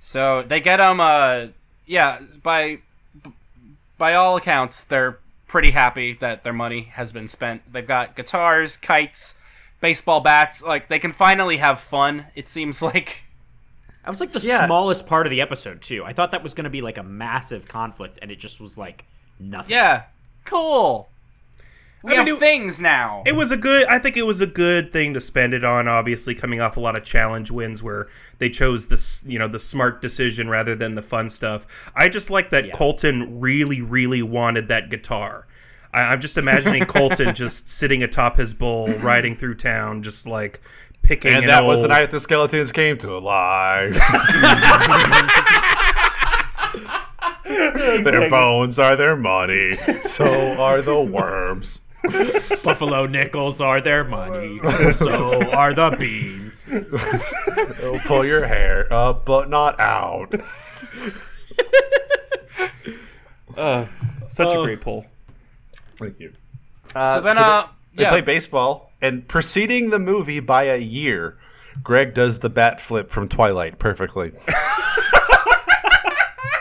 Speaker 2: So they get them. Uh, yeah, by b- by all accounts, they're pretty happy that their money has been spent. They've got guitars, kites, baseball bats. Like they can finally have fun. It seems like.
Speaker 4: That was like the smallest part of the episode too. I thought that was gonna be like a massive conflict, and it just was like nothing.
Speaker 2: Yeah, cool. We
Speaker 5: I mean,
Speaker 2: have
Speaker 5: it-
Speaker 2: things now.
Speaker 5: It was a good. I think it was a good thing to spend it on. Obviously, coming off a lot of challenge wins where they chose this, you know, the smart decision rather than the fun stuff. I just like that Colton really, really wanted that guitar. I, I'm just imagining Colton just sitting atop his bull, riding through town, just like picking.
Speaker 3: And
Speaker 5: an
Speaker 3: that was the
Speaker 5: old-
Speaker 3: night the skeletons came to life. their bones are their money. So are the worms.
Speaker 4: Buffalo nickels are their money, so are the beans.
Speaker 3: They'll pull your hair up but not out.
Speaker 5: Such a great pull.
Speaker 3: Thank you.
Speaker 2: so then, uh,
Speaker 3: They
Speaker 2: yeah.
Speaker 3: play baseball, and preceding the movie by a year, Greg does the bat flip from Twilight perfectly.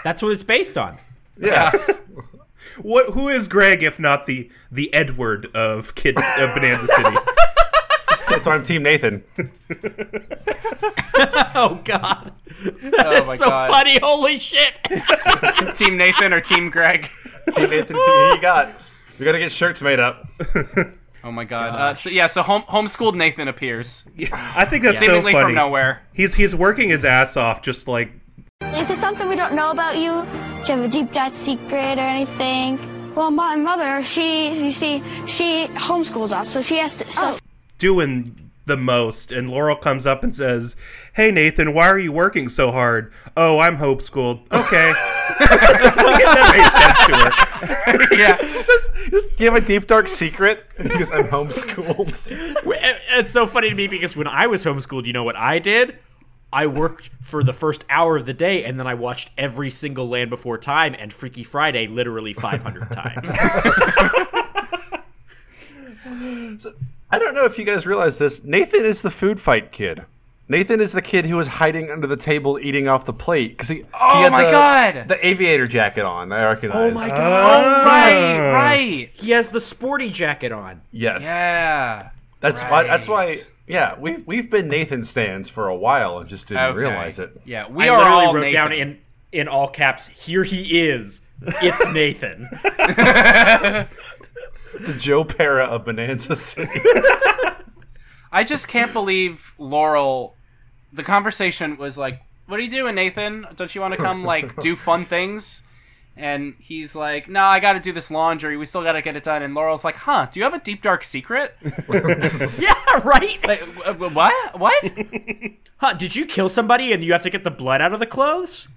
Speaker 4: That's what it's based on.
Speaker 3: Yeah.
Speaker 5: What? Who is Greg if not the the Edward of Kid of Bonanza City?
Speaker 3: That's why I'm Team Nathan.
Speaker 4: Oh god, that
Speaker 2: Oh
Speaker 4: is
Speaker 2: my
Speaker 4: so
Speaker 2: God.
Speaker 4: funny! Holy shit!
Speaker 2: Team Nathan or Team Greg?
Speaker 3: Team Nathan, who you got? We gotta get shirts made up.
Speaker 2: Oh my god. Uh, so yeah, so home homeschooled Nathan appears
Speaker 5: I think that's so
Speaker 2: seemingly
Speaker 5: funny.
Speaker 2: from nowhere.
Speaker 5: He's he's working his ass off, just like
Speaker 6: Is there something we don't know about you? Do you have a deep dive secret or anything?
Speaker 1: Well, my mother, she, you see, she homeschools us, so she has to. So
Speaker 6: Oh.
Speaker 5: doing the most and Laurel comes up and says, "Hey Nathan, why are you working so hard?" "Oh, I'm homeschooled." Okay. that made sense to her.
Speaker 2: yeah.
Speaker 3: He says, "Do you have a deep dark secret?" And he goes, "I'm homeschooled."
Speaker 4: It's so funny to me because when I was homeschooled, you know what I did? I worked for the first hour of the day and then I watched every single Land Before Time and Freaky Friday literally 500 times.
Speaker 3: I don't know if you guys realize this. Nathan is the food fight kid. Nathan is the kid who was hiding under the table eating off the plate because he,
Speaker 2: Oh
Speaker 3: he had
Speaker 2: my
Speaker 3: the,
Speaker 2: God.
Speaker 3: the aviator jacket on. I recognize.
Speaker 5: Ah.
Speaker 2: Oh right, right.
Speaker 4: he has the sporty jacket on.
Speaker 3: Yes,
Speaker 2: Yeah.
Speaker 3: that's why. That's why.
Speaker 2: right.
Speaker 3: Yeah, we've we've been Nathan stands for a while and just didn't
Speaker 2: Okay.
Speaker 3: realize it.
Speaker 2: Yeah, we
Speaker 4: I
Speaker 2: are
Speaker 4: literally
Speaker 2: all
Speaker 4: wrote
Speaker 2: Nathan.
Speaker 4: down in, in all caps, here he is. It's Nathan.
Speaker 3: The Joe Para of Bonanza City.
Speaker 2: I just can't believe Laurel. The conversation was like, "What are you doing, Nathan? Don't you want to come like do fun things?" And he's like, "No, I got to do this laundry. We still got to get it done." And Laurel's like, "Huh? Do you have a deep dark secret?
Speaker 4: yeah, right?
Speaker 2: Like, w- w- what? What?"
Speaker 4: Huh, did you kill somebody and you have to get the blood out of the clothes?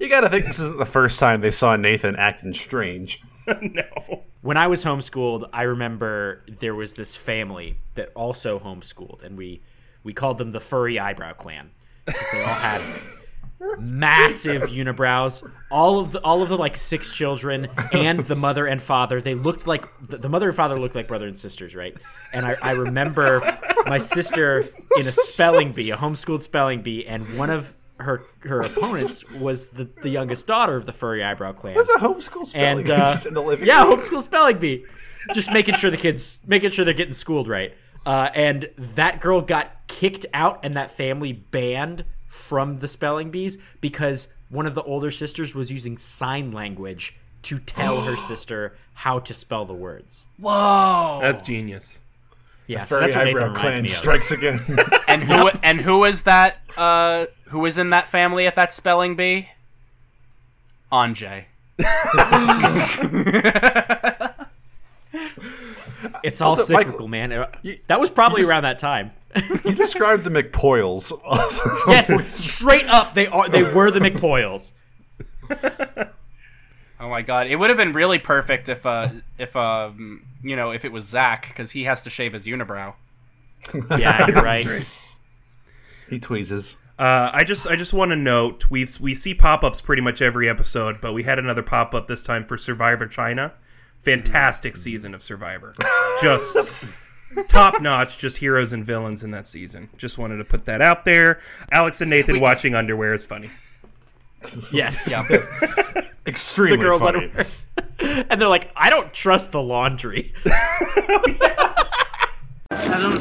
Speaker 3: You gotta think this isn't the first time they saw Nathan acting strange.
Speaker 5: no.
Speaker 4: When I was homeschooled, I remember there was this family that also homeschooled, and we we called them the Furry Eyebrow Clan because they all had massive unibrows. All of the, all of the like six children and the mother and father. They looked like the, the mother and father looked like brother and sisters, right? And I, I remember my sister in a spelling bee, a homeschooled spelling bee, and one of her her opponents was the, the youngest daughter of the Furry Eyebrow Clan
Speaker 3: That's a homeschool spelling.
Speaker 4: and uh,
Speaker 3: He's in the living
Speaker 4: yeah,
Speaker 3: room.
Speaker 4: homeschool spelling bee, just making sure the kids making sure they're getting schooled right. Uh, and that girl got kicked out, and that family banned from the spelling bees because one of the older sisters was using sign language to tell her sister how to spell the words.
Speaker 2: Whoa.
Speaker 5: That's genius.
Speaker 4: Yeah,
Speaker 3: Furry
Speaker 4: so that's what Nathan
Speaker 3: eyebrow
Speaker 4: reminds
Speaker 3: clan
Speaker 4: me of.
Speaker 3: strikes again.
Speaker 2: And who and who is that? Uh, who is in that family at that spelling bee? Anjay.
Speaker 4: It's all
Speaker 3: Also,
Speaker 4: cyclical,
Speaker 3: Michael,
Speaker 4: man. Uh, That was probably around that time.
Speaker 3: you described the McPoyles. Also.
Speaker 4: yes, straight up, they are they were the McPoyles.
Speaker 2: Oh my god! It would have been really perfect if uh if um you know if it was Zach because he has to shave his unibrow.
Speaker 4: Yeah, you're right.
Speaker 3: He tweezes.
Speaker 5: Uh, I just I just want to note we we see pop ups pretty much every episode, but we had another pop up this time for Survivor China. Fantastic season of Survivor, just top notch. Just heroes and villains in that season. Just wanted to put that out there. Alex and Nathan watching underwear is funny.
Speaker 4: Yes.
Speaker 2: Yeah.
Speaker 3: Extremely
Speaker 4: the girls'
Speaker 3: funny.
Speaker 4: underwear. and they're like, I don't trust the laundry.
Speaker 8: I don't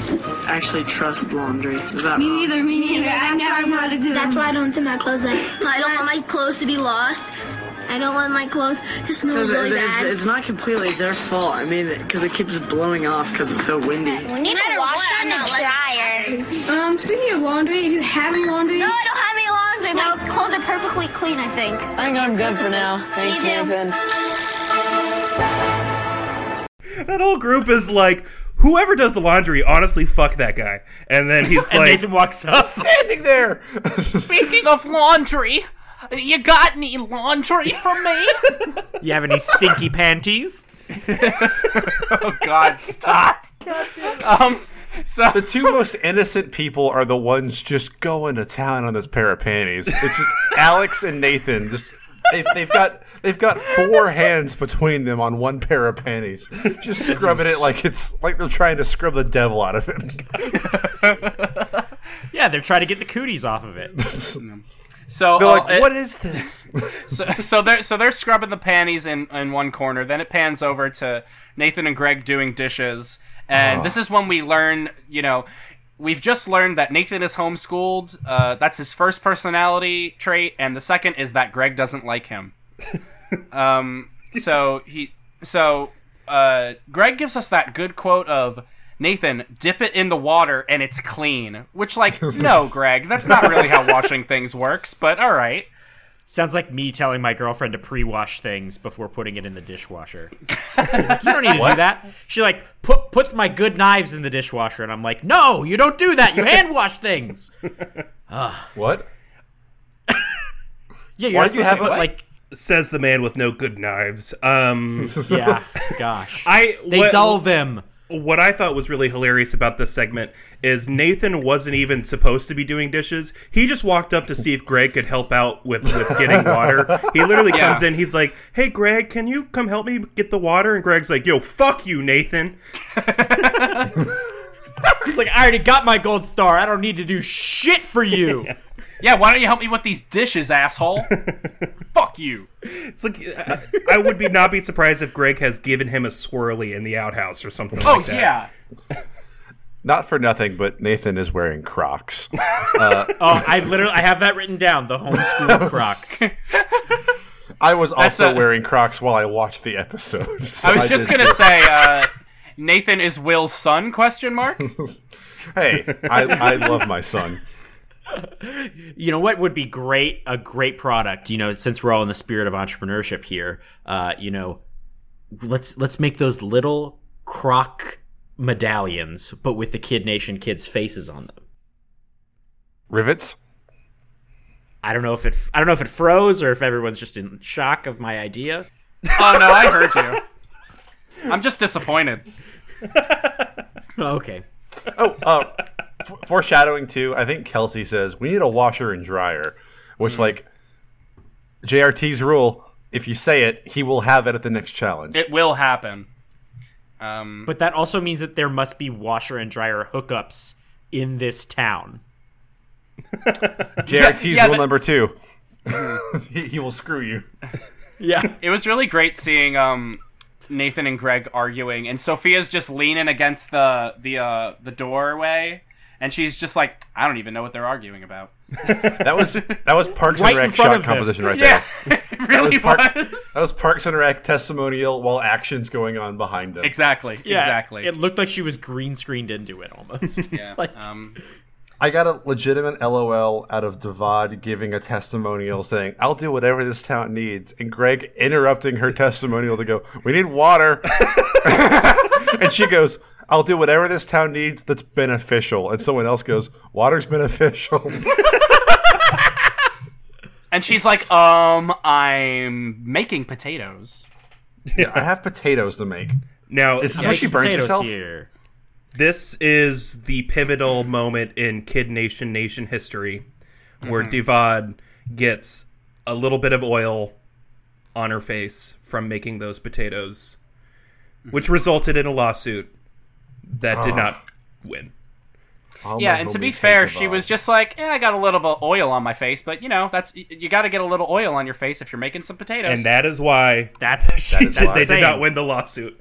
Speaker 8: actually trust laundry. Is that wrong?
Speaker 6: Neither me neither. I never want to do
Speaker 1: That's why I don't take my clothes out. I don't want my clothes to be lost. I don't want my clothes to smell
Speaker 8: It's,
Speaker 1: really
Speaker 8: it's-
Speaker 1: bad.
Speaker 8: it's not completely their fault. I mean, because it keeps blowing off because it's so windy.
Speaker 1: we need to wash on the dryer.
Speaker 9: Um, speaking of laundry, do you have any laundry?
Speaker 6: No, I don't have any laundry. My clothes are perfectly clean, I think.
Speaker 9: I think I'm good for now. Thanks,
Speaker 6: Me too.
Speaker 9: Nathan.
Speaker 5: That whole group is like, whoever does the laundry, honestly, fuck that guy. And then he's
Speaker 4: And
Speaker 5: like,
Speaker 4: Nathan walks up.
Speaker 3: Standing there.
Speaker 2: Speaking of laundry, you got any laundry for me?
Speaker 4: You have any stinky panties?
Speaker 2: oh god! Stop. Um. So
Speaker 3: the two most innocent people are the ones just going to town on this pair of panties. It's just Alex and Nathan. Just they've, they've got they've got four hands between them on one pair of panties, just scrubbing it like it's like they're trying to scrub the devil out of it.
Speaker 4: Yeah, they're trying to get the cooties off of it.
Speaker 2: so
Speaker 3: They're
Speaker 2: uh,
Speaker 3: like, "What is this?"
Speaker 2: so, so they're so they're scrubbing the panties in in one corner. Then it pans over to Nathan and Greg doing dishes, and this is when we learn, you know. We've just learned that Nathan is homeschooled. Uh, that's his first personality trait, and the second is that Greg doesn't like him. Um, so he, so uh, Greg gives us that good quote of Nathan, "Dip it in the water and it's clean," which, like, no, Greg, that's not really how washing things works. But all right,
Speaker 4: Sounds like me telling my girlfriend to pre-wash things before putting it in the dishwasher. She's like, you don't need to do that. She like put puts my good knives in the dishwasher, and I'm like, no, you don't do that. You hand wash things.
Speaker 3: what? Why
Speaker 4: Yeah, you're
Speaker 3: do
Speaker 4: supposed
Speaker 3: you
Speaker 4: to
Speaker 3: have
Speaker 4: put
Speaker 3: a-
Speaker 4: like
Speaker 5: says the man with no good knives. Um,
Speaker 4: yeah, gosh,
Speaker 5: I
Speaker 4: they
Speaker 5: what-
Speaker 4: dull them.
Speaker 5: what I thought was really hilarious about this segment is Nathan wasn't even supposed to be doing dishes. He just walked up to see if Greg could help out with, with getting water. He literally
Speaker 2: Yeah.
Speaker 5: comes in, he's like, Hey Greg, can you come help me get the water? And Greg's like, Yo, fuck you, Nathan.
Speaker 4: It's like I already got my gold star. I don't need to do shit for you.
Speaker 2: Yeah, why don't you help me with these dishes, asshole? Fuck you.
Speaker 5: It's like I, I would be not be surprised if Greg has given him a swirly in the outhouse or something
Speaker 2: Oh
Speaker 5: like that.
Speaker 2: yeah.
Speaker 3: Not for nothing, but Nathan is wearing Crocs.
Speaker 4: Oh, I literally I have that written down. The homeschool Crocs.
Speaker 3: I was also
Speaker 2: a-
Speaker 3: wearing Crocs while I watched the episode. so
Speaker 2: I was just
Speaker 3: did-
Speaker 2: gonna say, uh, Nathan is Will's son? Question mark.
Speaker 3: Hey, I, I love my son.
Speaker 4: You know what would be great? A great product. You know, since we're all in the spirit of entrepreneurship here, uh, you know, let's let's make those little Croc medallions, but with the Kid Nation kids' faces on them.
Speaker 3: Rivets.
Speaker 4: I don't know if it I don't know if it froze or if everyone's just in shock of my idea.
Speaker 2: Oh no, I heard you. I'm just disappointed.
Speaker 4: Okay.
Speaker 3: Oh, uh, f- foreshadowing too. I think Kelsey says we need a washer and dryer, which like JRT's rule. If you say it, he will have it at the next challenge.
Speaker 2: It will happen. Um,
Speaker 4: But that also means that there must be washer and dryer hookups in this town.
Speaker 3: JRT's
Speaker 2: yeah,
Speaker 3: rule
Speaker 2: but-
Speaker 3: number two. he, he will screw you.
Speaker 4: Yeah.
Speaker 2: it was really great seeing um, Nathan and Greg arguing, and Sophia's just leaning against the the uh, the doorway, and she's just like, I don't even know what they're arguing about.
Speaker 3: That was that was Parks
Speaker 4: Right in
Speaker 3: and Rec
Speaker 4: front
Speaker 3: shot
Speaker 4: of them.
Speaker 3: composition right
Speaker 2: Yeah,
Speaker 3: there.
Speaker 2: it really
Speaker 3: was part-
Speaker 2: was.
Speaker 3: That was Parks and Rec testimonial while actions going on behind them.
Speaker 2: Exactly. Exactly.
Speaker 4: It looked like she was green screened into it almost.
Speaker 2: yeah.
Speaker 4: like-
Speaker 2: um,
Speaker 3: I got a legitimate LOL out of Devad giving a testimonial saying, I'll do whatever this town needs. And Greg interrupting her testimonial to go, We need water. and she goes, I'll do whatever this town needs that's beneficial. And someone else goes, Water's beneficial.
Speaker 2: and she's like, um, I'm making potatoes.
Speaker 3: I have potatoes to make.
Speaker 5: Now,
Speaker 3: This is
Speaker 4: Yeah,
Speaker 3: when she burns
Speaker 4: potatoes
Speaker 3: herself.
Speaker 4: Here.
Speaker 5: this is the pivotal moment in Kid Nation Nation history where Devad gets a little bit of oil on her face from making those potatoes, which resulted in a lawsuit that did not win.
Speaker 3: All
Speaker 2: yeah,
Speaker 3: my
Speaker 2: and to
Speaker 3: homies
Speaker 2: be
Speaker 3: hate
Speaker 2: fair, she
Speaker 3: Devad.
Speaker 2: was just like, eh, I got a little bit of oil on my face, but you know, that's you, got to get a little oil on your face if you're making some potatoes.
Speaker 5: And that is why
Speaker 4: That's
Speaker 5: she
Speaker 3: is
Speaker 5: just,
Speaker 3: why.
Speaker 5: they did not
Speaker 4: Same.
Speaker 5: win the lawsuit.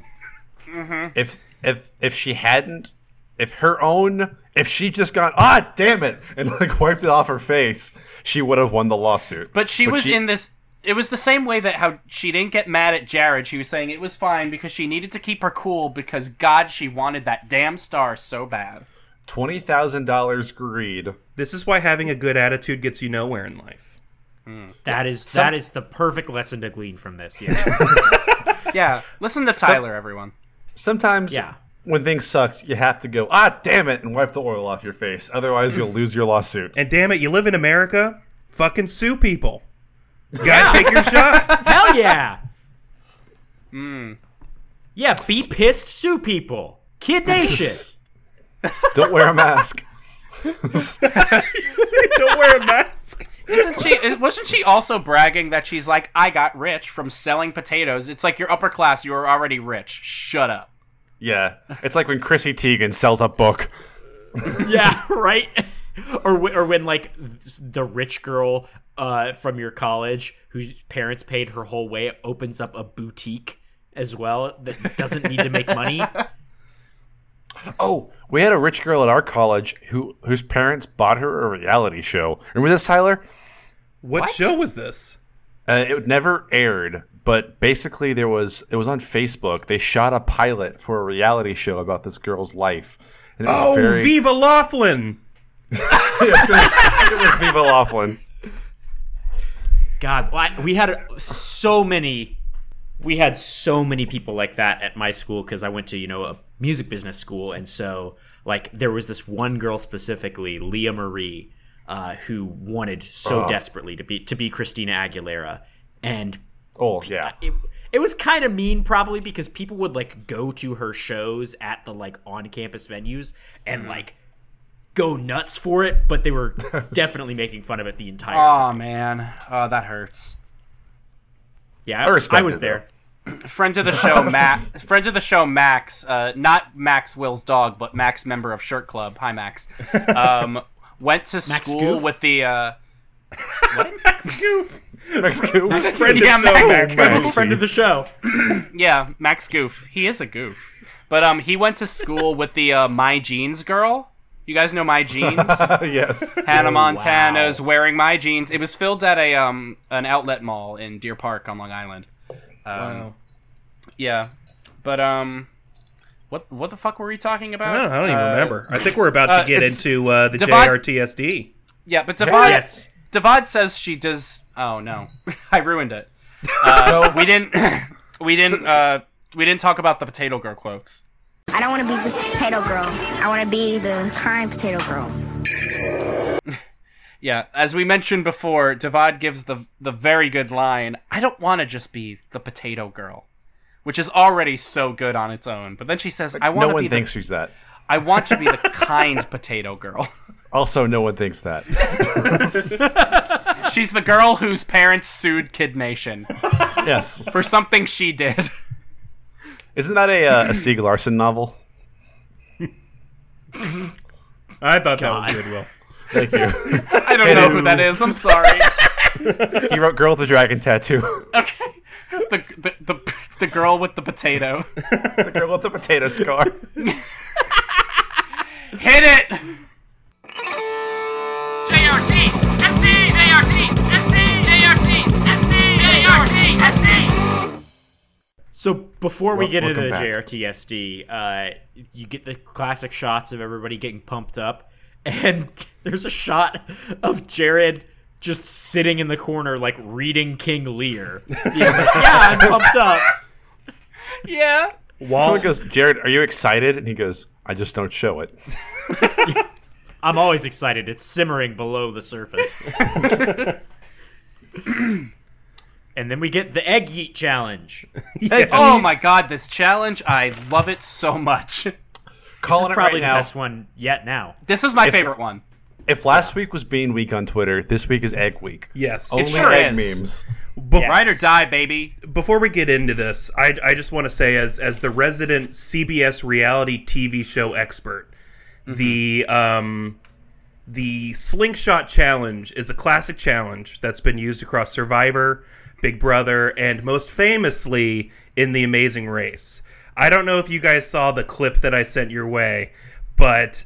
Speaker 3: if if if she hadn't if her own if she just gone ah damn it and like wiped it off her face she would have won the lawsuit
Speaker 2: But she was in this. It was the same way that how she didn't get mad at Jared. She was saying it was fine because she needed to keep her cool because God, she wanted that damn star so bad.
Speaker 3: twenty thousand dollars greed
Speaker 5: This is why having a good attitude gets you nowhere in life.
Speaker 4: that is that is the perfect lesson to glean from this. Yeah.
Speaker 2: Yeah, listen to Tyler, everyone.
Speaker 3: sometimes
Speaker 4: Yeah.
Speaker 3: when things sucks you have to go ah damn it and wipe the oil off your face otherwise you'll lose your lawsuit
Speaker 5: And damn it, you live in America, fucking sue people. You gotta take your shot.
Speaker 4: Hell yeah. Yeah, be pissed, sue people. Kid Nation.
Speaker 3: don't wear a mask
Speaker 5: Don't wear a mask.
Speaker 2: Isn't she? is- Wasn't she also bragging that she's like, I got rich from selling potatoes? It's like you're upper class. You were already rich. Shut up.
Speaker 3: yeah it's like when chrissy teigen sells a book
Speaker 4: yeah, right. or wh- or when like th- the rich girl uh, from your college whose parents paid her whole way opens up a boutique as well that doesn't need to make money.
Speaker 3: oh we had a rich girl at our college who whose parents bought her a reality show remember this tyler
Speaker 5: what show was this?
Speaker 3: Uh, it never aired, but basically there was it was on Facebook. They shot a pilot for a reality show about this girl's life. And it was
Speaker 5: Oh,
Speaker 3: very-
Speaker 5: Viva Laughlin!
Speaker 3: Yes, it was, it was Viva Laughlin.
Speaker 4: God, why- we had so many we had so many people like that at my school because I went to, you know, a music business school and so like there was this one girl specifically, Leah Marie, uh, who wanted so desperately to be to be Christina Aguilera and uh,
Speaker 3: Oh yeah,
Speaker 4: it, it was kind of mean probably because people would like go to her shows at the like on campus venues and
Speaker 3: Mm-hmm.
Speaker 4: like go nuts for it but they were definitely making fun of it the entire
Speaker 2: Oh
Speaker 4: time
Speaker 2: man, oh that hurts.
Speaker 3: I
Speaker 4: yeah i,
Speaker 3: respect
Speaker 4: I was
Speaker 3: it,
Speaker 4: there
Speaker 2: Friend of the show, Max. Friend of the show, Max. Uh, not Max Will's dog, but Max, member of Shirt Club. Hi, Max. Um, went to school
Speaker 4: Goof?
Speaker 2: with the. Uh,
Speaker 3: Max Goof.
Speaker 5: Friend
Speaker 2: Yeah,
Speaker 5: of show,
Speaker 2: Max.
Speaker 5: Max.
Speaker 4: friend of the show
Speaker 2: Yeah, Max Goof. He is a goof. But um, he went to school with the uh, My Jeans girl. You guys know My Jeans?
Speaker 3: yes,
Speaker 2: Hannah Montana's wearing My Jeans. It was filmed at a um an outlet mall in Deer Park on Long Island. Um, Yeah, but um, what what the fuck were we talking about?
Speaker 5: Oh, I don't, I don't even
Speaker 2: Uh,
Speaker 5: remember. I think we're about to
Speaker 2: uh,
Speaker 5: get
Speaker 2: it's-
Speaker 5: into uh, the
Speaker 2: Divide-
Speaker 5: JRTSD.
Speaker 2: Yeah, but Devad
Speaker 4: yes
Speaker 2: Devad says she does. Oh no, I ruined it. Uh, we didn't. We didn't. Uh, we didn't talk about the potato girl quotes.
Speaker 1: I don't want to be just potato girl. I want to be the kind potato girl.
Speaker 2: Yeah, as we mentioned before, Devad gives the the very good line, "I don't want to just be the potato girl," which is already so good on its own. But then she says, "I want
Speaker 3: no
Speaker 2: to
Speaker 3: one
Speaker 2: be
Speaker 3: thinks
Speaker 2: the,
Speaker 3: she's that.
Speaker 2: I want to be the kind potato girl."
Speaker 3: Also, no one thinks that.
Speaker 2: She's the girl whose parents sued Kid Nation
Speaker 3: yes,
Speaker 2: for something she did.
Speaker 3: isn't that a, uh, a Stieg Larsson novel?
Speaker 5: I thought that was good, Will.
Speaker 3: Thank you.
Speaker 2: I don't know who that is. I'm sorry.
Speaker 3: he wrote "Girl with the Dragon Tattoo."
Speaker 2: Okay. The, the the the girl with the potato.
Speaker 3: the girl with the potato scar.
Speaker 2: Hit it.
Speaker 10: JRTs, SD, JRTs, SD, JRTs, SD, JRTs, SD.
Speaker 4: So before we
Speaker 3: Wel-
Speaker 4: get into
Speaker 3: welcome
Speaker 4: the
Speaker 3: back.
Speaker 4: JRTSD, uh, you get the classic shots of everybody getting pumped up, and there's a shot of Jared just sitting in the corner, like reading King Lear. He's like, yeah, I'm pumped up.
Speaker 2: Yeah.
Speaker 3: Someone goes, "Jared, are you excited?" And he goes, "I just don't show it."
Speaker 4: I'm always excited. It's simmering below the surface. and then we get the egg yeet challenge.
Speaker 2: Oh my god, this challenge, I love it so much.
Speaker 3: Calling
Speaker 4: It's
Speaker 3: it right
Speaker 4: probably the
Speaker 3: now.
Speaker 4: best one yet. Now
Speaker 2: This is my favorite one.
Speaker 3: If last week was Bean Week on Twitter, this week is Egg Week.
Speaker 5: Yes.
Speaker 3: Only
Speaker 2: sure
Speaker 3: egg
Speaker 2: is.
Speaker 3: memes.
Speaker 5: But
Speaker 4: Yes.
Speaker 5: right-
Speaker 2: Ride or die, baby.
Speaker 5: before we get into this, I, I just want to say, as as the resident CBS reality TV show expert, the
Speaker 2: Mm-hmm.
Speaker 5: um, the slingshot challenge is a classic challenge that's been used across Survivor, Big Brother, and most famously in The Amazing Race. I don't know if you guys saw the clip that I sent your way, but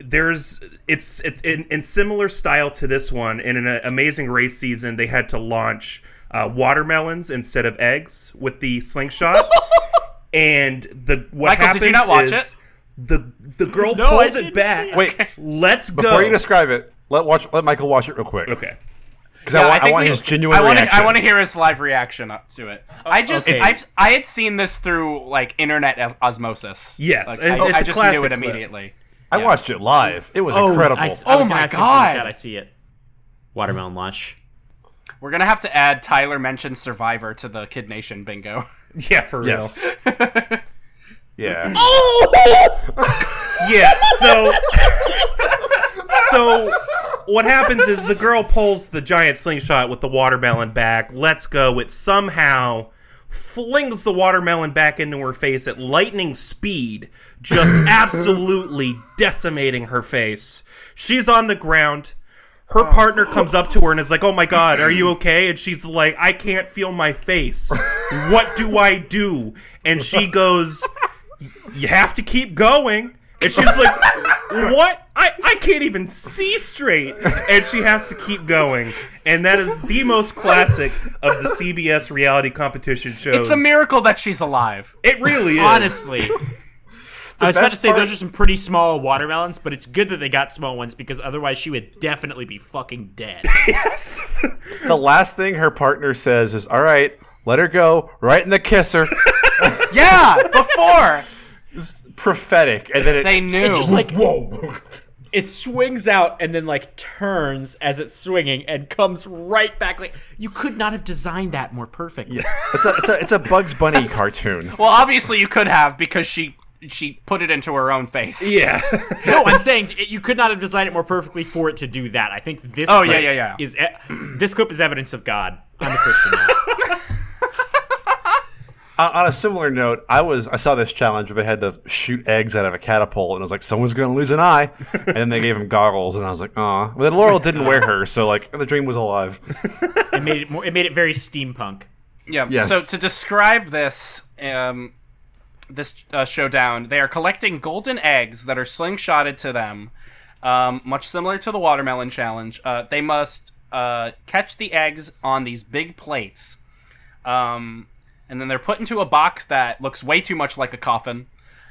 Speaker 5: there's it's it, in, in similar style to this one in an amazing race season they had to launch uh, watermelons instead of eggs with the slingshot and the what
Speaker 2: Michael,
Speaker 5: happens
Speaker 2: did you not watch
Speaker 5: is
Speaker 2: it?
Speaker 5: the the girl
Speaker 4: No, I
Speaker 5: pulls
Speaker 4: didn't
Speaker 5: it back
Speaker 4: see it.
Speaker 3: Wait,
Speaker 5: let's
Speaker 3: before
Speaker 5: go
Speaker 3: you describe it, let watch. Let Michael watch it real quick.
Speaker 5: okay
Speaker 3: Because
Speaker 2: Yeah,
Speaker 3: I want, I
Speaker 2: think
Speaker 3: want
Speaker 2: we-
Speaker 3: his genuine
Speaker 2: I wanna,
Speaker 3: reaction.
Speaker 2: I want to hear his live reaction up to it. I just,
Speaker 4: okay.
Speaker 2: I've, I had seen this through like internet os- osmosis.
Speaker 5: Yes,
Speaker 2: Like,
Speaker 5: and
Speaker 2: I,
Speaker 5: it's
Speaker 2: I
Speaker 5: a
Speaker 2: just knew
Speaker 5: classic
Speaker 2: it
Speaker 5: clip.
Speaker 2: immediately.
Speaker 3: I watched it live. It was incredible.
Speaker 4: I, I was
Speaker 2: Oh
Speaker 4: gonna
Speaker 2: my
Speaker 4: ask if it was a
Speaker 2: God.
Speaker 4: shot. I see it. Watermelon launch.
Speaker 2: We're gonna have to add Tyler mentioned Survivor to the Kid Nation bingo.
Speaker 5: yeah for real
Speaker 3: yes. yeah.
Speaker 5: yeah so so what happens is the girl pulls the giant slingshot with the watermelon back let's go it somehow flings the watermelon back into her face at lightning speed just absolutely decimating her face she's on the ground her partner comes up to her and is like, "Oh my god, are you okay?" And she's like, "I can't feel my face. What do I do?" And she goes, you have to keep going. And she's like, what? I, I can't even see straight. And she has to keep going. And that is the most classic of the CBS reality competition shows.
Speaker 2: It's a miracle that she's alive.
Speaker 5: It really is.
Speaker 4: Honestly. I was about
Speaker 3: best
Speaker 4: to say
Speaker 3: part-
Speaker 4: those are some pretty small watermelons, but it's good that they got small ones because otherwise she would definitely be fucking dead.
Speaker 3: The last thing her partner says is, "All right, let her go right in the kisser."
Speaker 2: Yeah, before
Speaker 3: Prophetic, and then it,
Speaker 2: they knew.
Speaker 4: just like-
Speaker 3: Whoa!
Speaker 4: it swings out and then like turns as it's swinging and comes right back. Like you could not have designed that more perfectly.
Speaker 3: it's a it's a it's a Bugs Bunny cartoon.
Speaker 2: well, obviously you could have because she she put it into her own face.
Speaker 5: Yeah.
Speaker 4: no, I'm saying it, you could not have designed it more perfectly for it to do that. I think this.
Speaker 2: Oh,
Speaker 4: clip
Speaker 2: yeah, yeah, yeah.
Speaker 4: Is e- this clip is evidence of God? I'm a Christian. now.
Speaker 3: Uh, on a similar note, I was I saw this challenge where they had to shoot eggs out of a catapult, and I was like, "Someone's going to lose an eye," and then they gave him goggles, and I was like, "Ah." But then Laurel didn't wear her, so like the dream was alive.
Speaker 4: It made it more. It made it very steampunk.
Speaker 2: Yeah.
Speaker 3: Yes.
Speaker 2: So to describe this, um, this uh, showdown, they are collecting golden eggs that are slingshotted to them, um, much similar to the watermelon challenge. Uh, they must uh, catch the eggs on these big plates, um, and then they're put into a box that looks way too much like a coffin.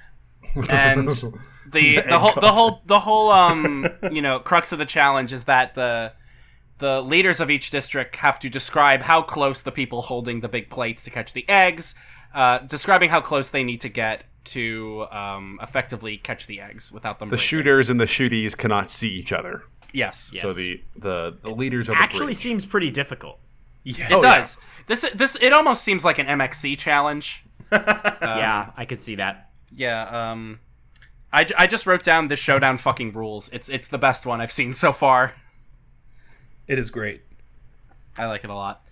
Speaker 2: And the the whole the whole the whole um you know crux of the challenge is that the the leaders of each district have to describe how close the people holding the big plates to catch the eggs, uh, describing how close they need to get to um, effectively catch the eggs without them.
Speaker 3: The
Speaker 2: breaking.
Speaker 3: shooters and the shooties cannot see each other.
Speaker 2: Yes.
Speaker 3: So the the, the leaders of the
Speaker 4: Actually,
Speaker 3: breach.
Speaker 4: seems pretty difficult.
Speaker 2: It
Speaker 3: Oh, yeah.
Speaker 2: does. This this it almost seems like an MXC challenge.
Speaker 4: yeah, I could see that.
Speaker 2: Yeah. Um, I, ju- I just wrote down the showdown fucking rules. It's it's the best one I've seen so far.
Speaker 5: It is great.
Speaker 2: I like it a lot.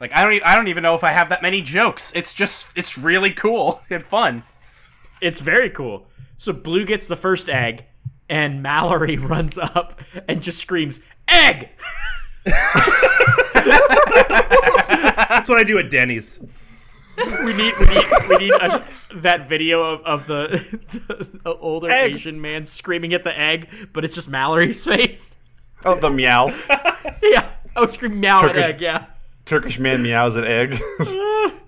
Speaker 2: Like I don't e- I don't even know if I have that many jokes. It's just it's really cool and fun.
Speaker 4: It's very cool. So Blue gets the first egg, and Mallory runs up and just screams, "Egg!"
Speaker 5: That's what I do at Denny's.
Speaker 4: We need we need, we need a, that video of, of the, the older
Speaker 3: Egg.
Speaker 4: Asian man screaming at the egg, but it's just Mallory's face.
Speaker 3: Oh, the meow.
Speaker 4: Yeah, I would scream meow at
Speaker 3: Turkish-
Speaker 4: egg. Yeah.
Speaker 3: Turkish man meows at egg.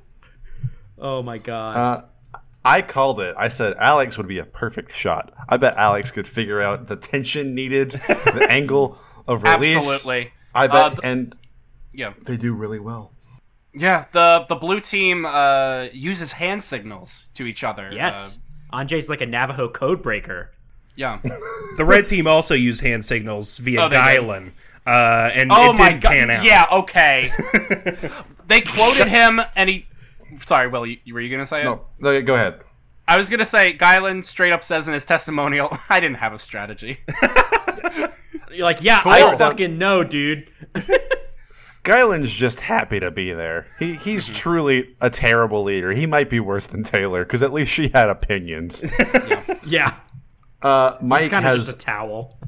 Speaker 4: Oh my god.
Speaker 3: I called it. I said Alex would be a perfect shot. I bet Alex could figure out the tension needed, the angle of release.
Speaker 2: Absolutely.
Speaker 3: I bet,
Speaker 2: Uh, th-
Speaker 3: and
Speaker 2: Yeah.
Speaker 3: they do really well.
Speaker 2: Yeah. The the blue team uh uses hand signals to each other.
Speaker 4: yes.
Speaker 2: Uh,
Speaker 4: Anjay's like a Navajo code breaker.
Speaker 2: yeah.
Speaker 5: The red team also used hand signals via
Speaker 2: Oh, they did.
Speaker 5: Dylan, uh, and
Speaker 2: Oh
Speaker 5: it
Speaker 2: my
Speaker 5: didn't
Speaker 2: god.
Speaker 5: pan out.
Speaker 2: Yeah. Okay. they quoted him, and he. Sorry, Will. You, were you gonna say it?
Speaker 3: No, Oh, no, go ahead.
Speaker 2: I was gonna say Guyland straight up says in his testimonial, "I didn't have a strategy."
Speaker 4: You're like, yeah, I
Speaker 3: Cool.
Speaker 4: fucking know, dude.
Speaker 3: Guyland's just happy to be there. He he's
Speaker 2: Mm-hmm.
Speaker 3: truly a terrible leader. He might be worse than Taylor because at least she had opinions.
Speaker 4: Yeah,
Speaker 3: Uh, Mike
Speaker 4: kind of just
Speaker 3: has
Speaker 4: a towel.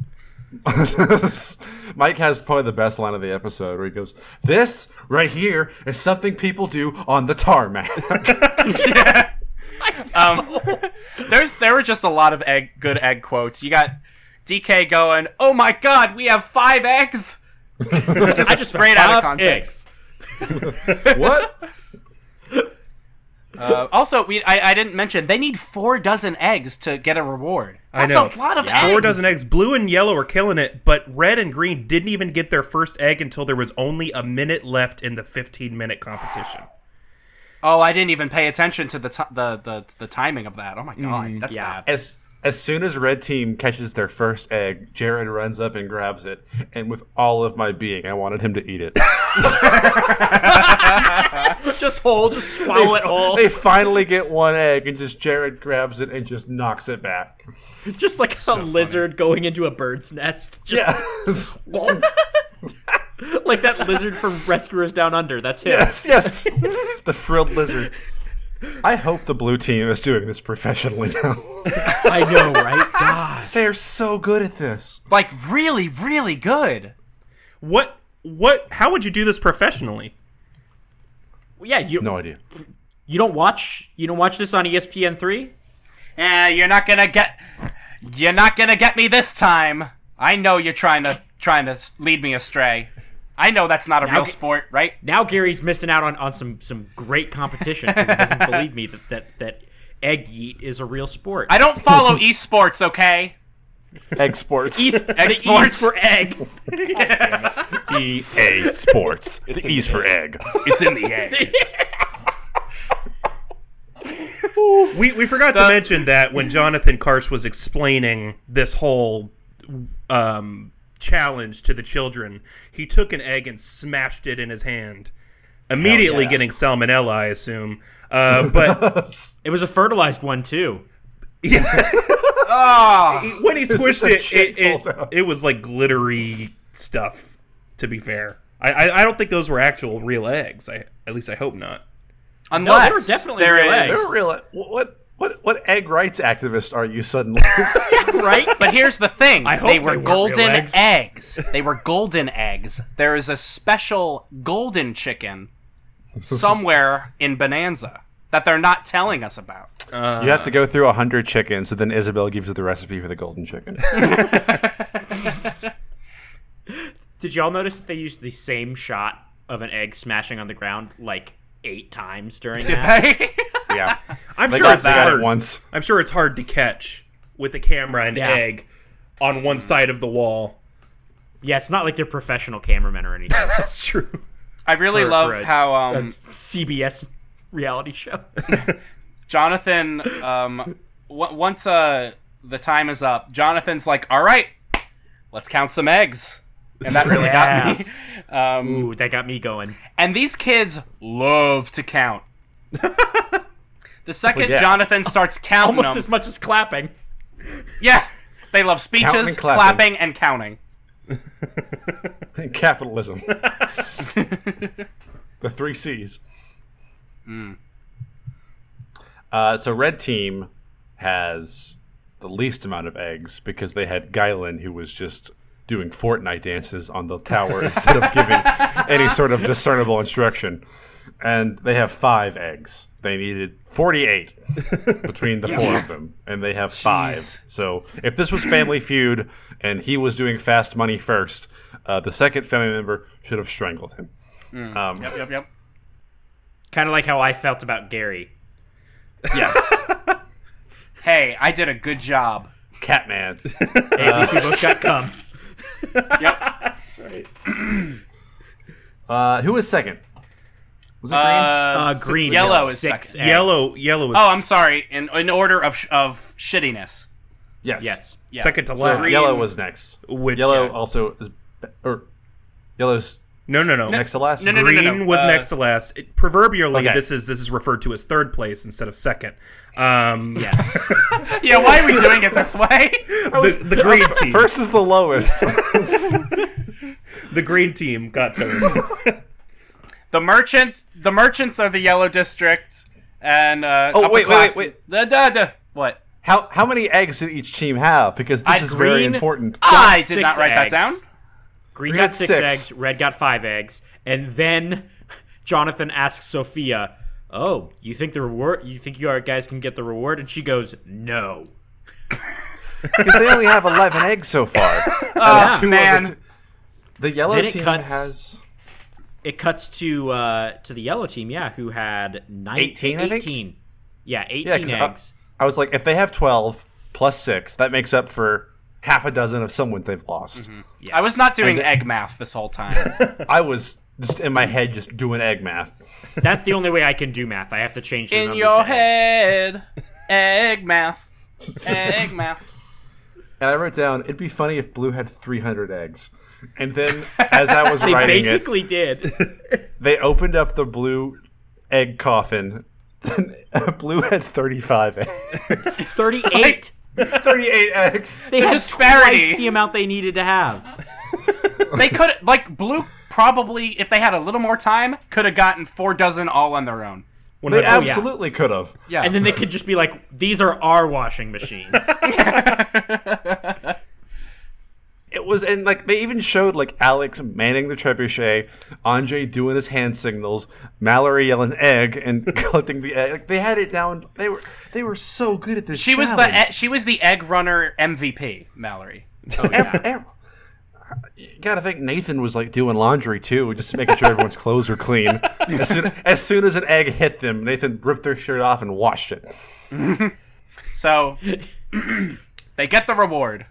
Speaker 3: Mike has probably the best line of the episode where he goes, "This right here is something people do on the tarmac."
Speaker 2: Um, There's there were just a lot of egg good egg quotes. You got DK going, "Oh my god, we have five eggs."
Speaker 4: I just
Speaker 2: Straight out of
Speaker 4: Five
Speaker 2: context.
Speaker 4: eggs.
Speaker 3: what?
Speaker 2: Uh, also, we I, I didn't mention they need four dozen eggs to get a reward.
Speaker 5: I
Speaker 2: That's a
Speaker 5: know.
Speaker 2: lot of eggs.
Speaker 5: Four dozen eggs. Blue and yellow are killing it, but red and green didn't even get their first egg until there was only a minute left in the 15 minute competition.
Speaker 2: Oh, I didn't even pay attention to the ti the, the the timing of that. Oh my god,
Speaker 5: Mm,
Speaker 2: that's
Speaker 4: yeah.
Speaker 2: bad.
Speaker 3: As as soon as red team catches their first egg, Jared runs up and grabs it, and with all of my being, I wanted him to eat it.
Speaker 4: Just whole, just swallow it whole.
Speaker 3: they finally get one egg, and just Jared grabs it and just knocks it back.
Speaker 4: Just like a lizard going into a bird's nest. Just
Speaker 3: Yeah.
Speaker 4: like that lizard from Rescuers Down Under. That's him.
Speaker 3: yes, yes. The frilled lizard. I hope the blue team is doing this professionally now.
Speaker 4: I know, right? God.
Speaker 3: They're so good at this.
Speaker 2: Like really, really good.
Speaker 5: What? What? How would you do this professionally?
Speaker 4: Yeah, you
Speaker 3: No idea.
Speaker 4: you don't watch you don't watch this on E ESPN three.
Speaker 2: Eh, you're not gonna get. You're not gonna get me this time. I know you're trying to trying to s- lead me astray. I know that's not a real
Speaker 4: g-
Speaker 2: sport, right?
Speaker 4: Now Gary's missing out on, on some some great competition because he doesn't believe me that that that egg yeet is a real sport.
Speaker 2: I don't follow esports, okay?
Speaker 3: Egg sports.
Speaker 4: E's- the E's
Speaker 2: Exports.
Speaker 4: for egg.
Speaker 3: E A sports. the E's for egg.
Speaker 2: It's in the egg.
Speaker 5: We we forgot to mention that when Jonathan Karsh was explaining this whole um, challenge to the children, he took an egg and smashed it in his hand, immediately
Speaker 3: yes.
Speaker 5: getting salmonella, I assume. Uh, but
Speaker 4: It was a fertilized one too.
Speaker 2: Oh,
Speaker 5: when he squished it,
Speaker 3: shit
Speaker 5: it
Speaker 3: falls
Speaker 5: it,
Speaker 3: out.
Speaker 5: it was like glittery stuff. To be fair, I, I I don't think those were actual real eggs. I at least I hope not.
Speaker 2: unless
Speaker 4: were definitely
Speaker 2: there
Speaker 4: real
Speaker 2: is-
Speaker 4: eggs.
Speaker 3: They're real. What what what egg rights activist are you suddenly?
Speaker 4: Right?
Speaker 2: But here's the thing:
Speaker 4: hope
Speaker 2: they
Speaker 4: they
Speaker 2: were
Speaker 4: weren't real
Speaker 2: golden
Speaker 4: eggs.
Speaker 2: eggs. They were golden eggs. There is a special golden chicken somewhere in Bonanza that they're not telling us about.
Speaker 3: you have to go through a hundred chickens, and then Isabel gives you the recipe for the golden chicken.
Speaker 4: Did y'all notice that they used the same shot of an egg smashing on the ground like eight times during that?
Speaker 3: yeah,
Speaker 5: I'm
Speaker 3: they
Speaker 5: sure
Speaker 3: got,
Speaker 5: it's
Speaker 3: they got
Speaker 5: hard.
Speaker 3: it once.
Speaker 5: I'm sure it's hard to catch with a camera an
Speaker 4: Yeah.
Speaker 5: egg on one side of the wall.
Speaker 4: yeah, it's not like they're professional cameramen or anything.
Speaker 5: That's true.
Speaker 2: I really
Speaker 4: For-
Speaker 2: love
Speaker 4: for a-
Speaker 2: how um,
Speaker 4: CBS reality show.
Speaker 2: Jonathan, um, w- once uh, the time is up, Jonathan's like, "All right, let's count some eggs. And that really got me. Um,
Speaker 4: Ooh, that got me going.
Speaker 2: And these kids love to count. the second
Speaker 3: yeah.
Speaker 2: Jonathan starts counting
Speaker 4: Almost
Speaker 2: them-
Speaker 4: as much as clapping.
Speaker 2: yeah, they love
Speaker 3: Counting
Speaker 2: speeches,
Speaker 3: and
Speaker 2: clapping.
Speaker 3: clapping.
Speaker 2: and counting.
Speaker 3: Capitalism. the three C's. Uh, so red team has the least amount of eggs because they had Guylin who was just doing Fortnite dances on the tower instead of giving any sort of discernible instruction. And they have five eggs. They needed 48 between the four of them, and they have five. So if this was Family Feud and he was doing Fast Money first, uh, the second family member should have strangled him. Um,
Speaker 2: Yep, yep.
Speaker 4: Kind of like how I felt about Gary.
Speaker 3: Yes,
Speaker 2: Hey, I did a good job.
Speaker 3: Catman.
Speaker 4: Hey, at least we both got cum.
Speaker 2: Yep.
Speaker 3: Uh, who was second? Was it
Speaker 2: Uh,
Speaker 3: Green?
Speaker 4: Uh,
Speaker 2: s-
Speaker 4: green.
Speaker 2: Yellow
Speaker 4: has
Speaker 2: is
Speaker 4: six
Speaker 2: second.
Speaker 4: eggs.
Speaker 5: Yellow, yellow is
Speaker 2: Oh, I'm sorry. In in order of sh- of shittiness.
Speaker 3: yes.
Speaker 4: Yes.
Speaker 2: Yeah.
Speaker 5: second to
Speaker 3: So
Speaker 5: last.
Speaker 2: Green-
Speaker 3: yellow was next.
Speaker 5: Which-
Speaker 3: yellow also is, or yellow's
Speaker 5: No, no, no.
Speaker 3: next to last.
Speaker 2: no, no, no.
Speaker 5: Green was
Speaker 2: Uh,
Speaker 5: next to last. It- proverbially,
Speaker 3: Okay.
Speaker 5: this is this is referred to as third place instead of second. Um,
Speaker 4: Yes.
Speaker 2: Yeah, why are we doing it this way?
Speaker 5: the, the green team.
Speaker 3: First is the lowest.
Speaker 5: the green team got third.
Speaker 2: The merchants, the merchants are the yellow district, and uh,
Speaker 3: Oh,
Speaker 2: upper
Speaker 3: wait, wait,
Speaker 2: class-
Speaker 3: wait,
Speaker 2: Da, da, da. What?
Speaker 3: how how many eggs did each team have? Because this
Speaker 2: I-
Speaker 3: is very
Speaker 2: green- Ah!
Speaker 3: important.
Speaker 2: I did
Speaker 4: six
Speaker 2: not write
Speaker 4: eggs.
Speaker 2: that down.
Speaker 4: Green
Speaker 3: We
Speaker 4: got
Speaker 3: had
Speaker 4: six,
Speaker 3: six.
Speaker 4: eggs. Red got five eggs. And then Jonathan asks Sophia, "Oh, you think the reward? You think you are- guys can get the reward?" And she goes, "No."
Speaker 3: Because they only have eleven eggs so far.
Speaker 2: Oh,
Speaker 3: two of
Speaker 2: man.
Speaker 3: The, t- the yellow
Speaker 4: Then it
Speaker 3: team
Speaker 4: cuts-
Speaker 3: has
Speaker 4: It cuts to uh, to the yellow team, yeah, who had nine,
Speaker 3: 18, I think?
Speaker 4: 18. Yeah,
Speaker 3: yeah.
Speaker 4: eighteen
Speaker 3: 'cause I-
Speaker 4: eggs.
Speaker 3: I, was like, if they have twelve plus six, that makes up for half a dozen of someone they've lost.
Speaker 2: I was not doing
Speaker 3: And-
Speaker 2: egg math this whole time.
Speaker 3: I was just in my head just doing egg math.
Speaker 4: That's the only way I can do math. I have to change the
Speaker 2: In
Speaker 4: numbers
Speaker 2: your
Speaker 4: to eggs.
Speaker 2: head, egg math, egg math.
Speaker 3: And I wrote down, it'd be funny if Blue had 300 eggs. And then, as I was
Speaker 4: They
Speaker 3: writing it,
Speaker 4: basically did.
Speaker 3: they opened up the blue egg coffin. blue had 35 eggs.
Speaker 4: Thirty-eight.
Speaker 3: 38 eggs.
Speaker 4: They had
Speaker 2: disparity.
Speaker 4: twice the amount they needed to have.
Speaker 2: They could like blue probably if they had a little more time could have gotten four dozen all on their own.
Speaker 3: They absolutely could have.
Speaker 2: Yeah,
Speaker 4: And then they could just be like, "These are our washing machines."
Speaker 3: It was, and like, they even showed, like, Alex manning the trebuchet, Andre doing his hand signals, Mallory yelling egg and collecting the egg. Like, they had it down. They were they were so good at this
Speaker 2: she was
Speaker 3: challenge.
Speaker 2: the e- she was the egg runner MVP, Mallory.
Speaker 3: Ev- ev- you gotta think Nathan was like doing laundry too, just making sure everyone's clothes were clean. As soon, as soon as an egg hit them, Nathan ripped their shirt off and washed it.
Speaker 2: So they get the reward.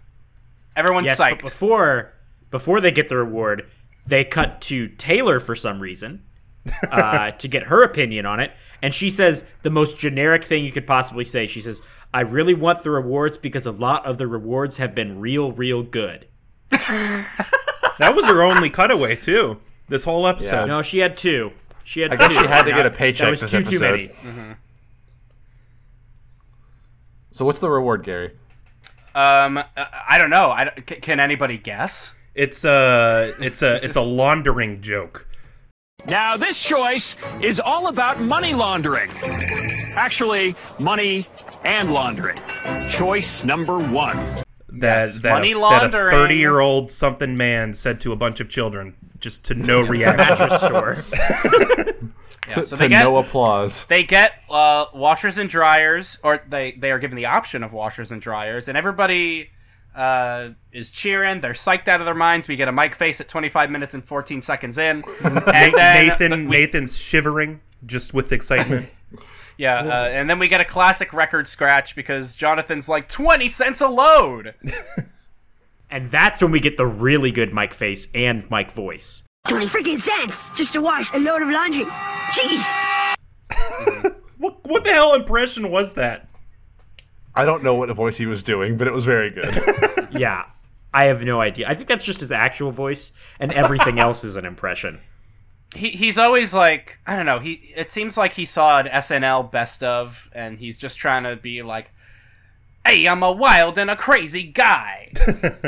Speaker 2: Everyone's
Speaker 4: Yes,
Speaker 2: psyched.
Speaker 4: but before before they get the reward, they cut to Taylor for some reason uh, to get her opinion on it, and she says the most generic thing you could possibly say. She says, "I really want the rewards because a lot of the rewards have been real, real good."
Speaker 5: That was her only cutaway too. This whole episode.
Speaker 4: No, she had two. She had.
Speaker 3: I guess
Speaker 4: two.
Speaker 3: she had to
Speaker 4: Not-
Speaker 3: get a paycheck
Speaker 4: That was
Speaker 3: this
Speaker 4: two too
Speaker 3: episode.
Speaker 4: many.
Speaker 3: So what's the reward, Gary?
Speaker 2: um, I, I don't know. I don't- c- can anybody guess?
Speaker 5: It's a it's a it's a laundering joke.
Speaker 10: Now, this choice is all about money laundering. Actually, money and laundering. Choice number one.
Speaker 5: That
Speaker 2: Yes,
Speaker 5: that
Speaker 2: money
Speaker 5: a,
Speaker 2: laundering.
Speaker 5: thirty year old something man said to a bunch of children just to no reaction.
Speaker 4: Store.
Speaker 3: to
Speaker 2: so
Speaker 3: to
Speaker 2: they get-
Speaker 3: no applause.
Speaker 2: They get uh, washers and dryers, or they they are given the option of washers and dryers, and everybody uh, is cheering. They're psyched out of their minds. We get a mic face at 25 minutes and 14 seconds in, and then
Speaker 5: Nathan Nathan's shivering just with excitement.
Speaker 2: yeah, uh, and then we get a classic record scratch because Jonathan's like 20 cents a load.
Speaker 4: and that's when we get the really good Mike face and Mike voice.
Speaker 9: 20 freaking cents just to wash a load of laundry. Jeez!
Speaker 5: what what the hell impression was that?
Speaker 3: I don't know what voice he was doing, but it was very good.
Speaker 4: Yeah. I have no idea. I think that's just his actual voice, and everything else is an impression.
Speaker 2: He, he's always like I don't know. He it seems like he saw an SNL best of, and he's just trying to be like, "Hey, I'm a wild and a crazy guy."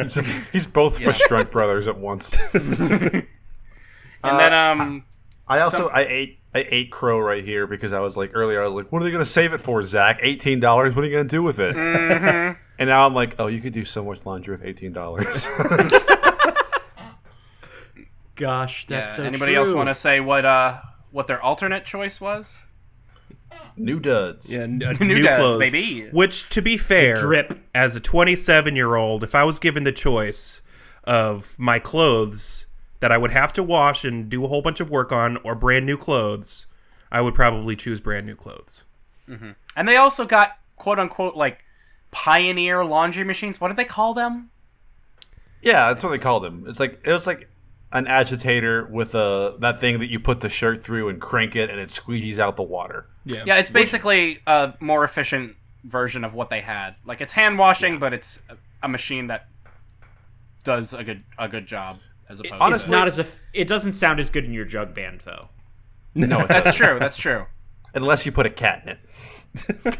Speaker 3: He's, he's both yeah. Strunk brothers at once.
Speaker 2: And then um,
Speaker 3: I also I ate I ate crow right here because I was like earlier I was like, what are they going to save it for, Zach? Eighteen dollars. What are you going to do with it? and now I'm like, oh, you could do so much laundry with eighteen dollars.
Speaker 4: Gosh, that's
Speaker 2: yeah,
Speaker 4: so
Speaker 2: Uh, anybody
Speaker 4: true.
Speaker 2: else want to say what uh what their alternate choice was?
Speaker 3: New duds.
Speaker 5: Yeah, n- uh,
Speaker 2: New
Speaker 5: new,
Speaker 2: duds,
Speaker 5: clothes.
Speaker 2: baby.
Speaker 5: Which, to be fair,
Speaker 4: drip.
Speaker 5: as a 27 year old, if I was given the choice of my clothes that I would have to wash and do a whole bunch of work on, or brand new clothes, I would probably choose brand new clothes.
Speaker 2: And they also got quote unquote like pioneer laundry machines. What do they call them?
Speaker 3: Yeah, that's what they called him. It's like it was like an agitator with a that thing that you put the shirt through and crank it, and it squeegees out the water.
Speaker 2: Yeah, it's basically a more efficient version of what they had. Like it's hand washing, but it's a- a machine that does a good a good job as opposed.
Speaker 3: honestly-
Speaker 4: It's not as if it doesn't sound as good in your jug band though.
Speaker 3: No, it
Speaker 2: to, that's
Speaker 3: doesn't.
Speaker 2: true. That's true.
Speaker 3: unless you put a cat in it.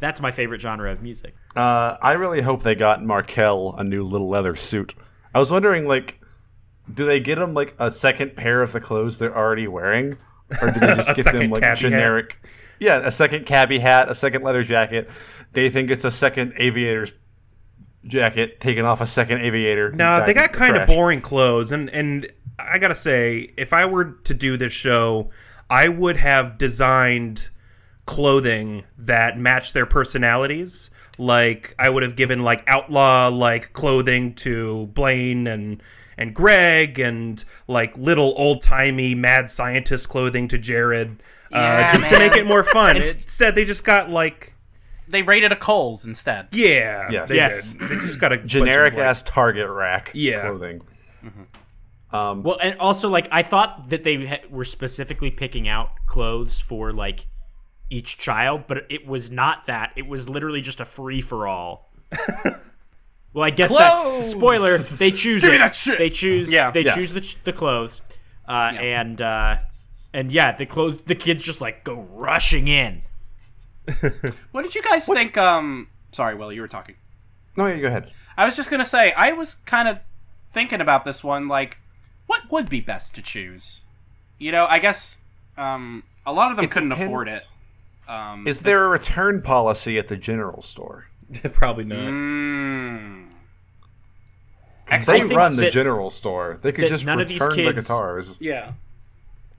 Speaker 4: That's my favorite genre of music.
Speaker 3: Uh, I really hope they got Markel a new little leather suit. I was wondering, like, do they get him like a second pair of the clothes they're already wearing, or do they just
Speaker 5: A
Speaker 3: get them
Speaker 5: second
Speaker 3: like
Speaker 5: cabbie hat.
Speaker 3: generic? Yeah, a second cabbie hat, a second leather jacket. They think it's a second aviator's jacket, taking off a second aviator.
Speaker 5: No, they
Speaker 3: diving
Speaker 5: got
Speaker 3: for
Speaker 5: kind of
Speaker 3: trash.
Speaker 5: boring clothes, and and I gotta say, if I were to do this show, I would have designed clothing that matched their personalities. Like I would have given like outlaw like clothing to Blaine and and Greg, and like little old timey mad scientist clothing to Jared,
Speaker 2: Yeah,
Speaker 5: uh, just
Speaker 2: man.
Speaker 5: to make it more fun. Instead, they just got like.
Speaker 2: They raided a Coles instead.
Speaker 5: Yeah.
Speaker 3: Yes.
Speaker 5: They,
Speaker 4: Yes.
Speaker 5: did. They just got a bunch of,
Speaker 3: generic
Speaker 5: like-
Speaker 3: ass Target rack
Speaker 5: Yeah.
Speaker 3: clothing.
Speaker 4: Well, and also like I thought that they ha- were specifically picking out clothes for like each child, but it was not that. It was literally just a free for all. well, I guess that
Speaker 2: Clothes!
Speaker 4: spoiler. They choose
Speaker 2: Give me
Speaker 4: it.
Speaker 2: that shit!
Speaker 4: They choose.
Speaker 2: Yeah.
Speaker 4: They
Speaker 3: Yes.
Speaker 4: choose the, ch- the clothes, uh, and uh, and yeah, the clothes. The kids just like go rushing in.
Speaker 2: What did you guys think? Um, sorry, Will, you were talking.
Speaker 3: No, yeah, go ahead.
Speaker 2: I was just gonna say I was kind of thinking about this one, like what would be best to choose. You know, I guess um, a lot of them couldn't
Speaker 3: depends.
Speaker 2: afford it. Um,
Speaker 3: Is there a return policy at the general store?
Speaker 5: Probably not.
Speaker 2: mm,
Speaker 3: They
Speaker 4: think
Speaker 3: run the
Speaker 4: that-
Speaker 3: general store. They could
Speaker 4: that
Speaker 3: just
Speaker 4: none
Speaker 3: return
Speaker 4: of these
Speaker 3: the
Speaker 4: kids-
Speaker 3: guitars.
Speaker 2: yeah.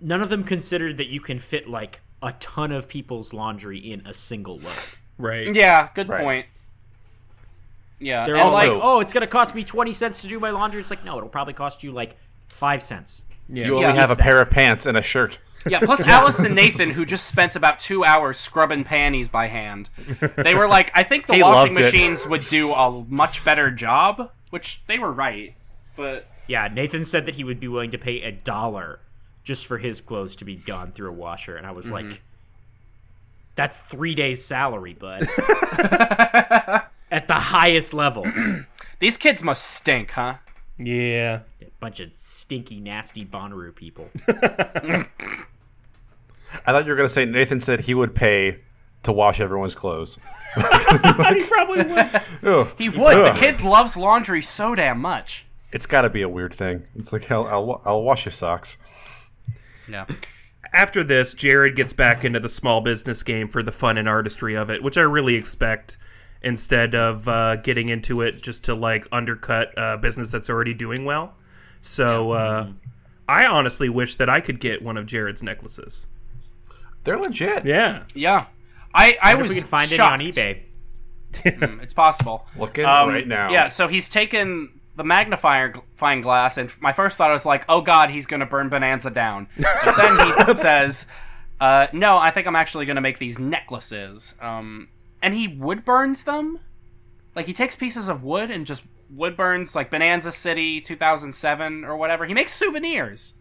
Speaker 4: None of them considered that you can fit like a ton of people's laundry in a single load.
Speaker 5: Right.
Speaker 2: Yeah. Good
Speaker 3: Right.
Speaker 2: point. Yeah.
Speaker 4: They're
Speaker 2: and
Speaker 4: all like,
Speaker 2: like,
Speaker 4: "Oh, it's gonna cost me twenty cents to do my laundry." It's like, no, it'll probably cost you like five cents.
Speaker 3: You
Speaker 2: Yeah.
Speaker 3: only have a pair of pants and a shirt.
Speaker 2: Yeah, plus Alex and Nathan, who just spent about two hours scrubbing panties by hand, they were like, I think the
Speaker 3: He
Speaker 2: washing
Speaker 3: loved it.
Speaker 2: machines would do a much better job, which they were right. But
Speaker 4: Yeah, Nathan said that he would be willing to pay a dollar just for his clothes to be gone through a washer, and I was like, "That's three days' salary, bud." At the highest level,
Speaker 2: these kids must stink, huh?
Speaker 5: Yeah.
Speaker 4: bunch of stinky, nasty Bonnaroo people.
Speaker 3: I thought you were gonna say Nathan said he would pay to wash everyone's clothes. Ugh.
Speaker 2: He would.
Speaker 3: Ugh.
Speaker 2: The kid loves laundry so damn much.
Speaker 3: It's got to be a weird thing. It's like I'll, I'll wa- I'll wash your socks.
Speaker 2: Yeah.
Speaker 5: After this, Jared gets back into the small business game for the fun and artistry of it, which I really expect instead of uh, getting into it just to like undercut a business that's already doing well. So uh, I honestly wish that I could get one of Jared's necklaces.
Speaker 3: They're legit.
Speaker 5: Yeah.
Speaker 2: Yeah. I, I
Speaker 4: If
Speaker 2: was
Speaker 4: we could find
Speaker 2: shocked.
Speaker 4: any on eBay.
Speaker 2: It's possible. Um,
Speaker 3: Looking right now.
Speaker 2: Yeah, so he's taken the magnifier gl- fine glass, and my first thought was like, oh god, he's going to burn Bonanza down. But then he says, uh, no, I think I'm actually going to make these necklaces. Um, and he wood burns them? Like, he takes pieces of wood and just wood burns, like Bonanza City 2007 or whatever. He makes souvenirs.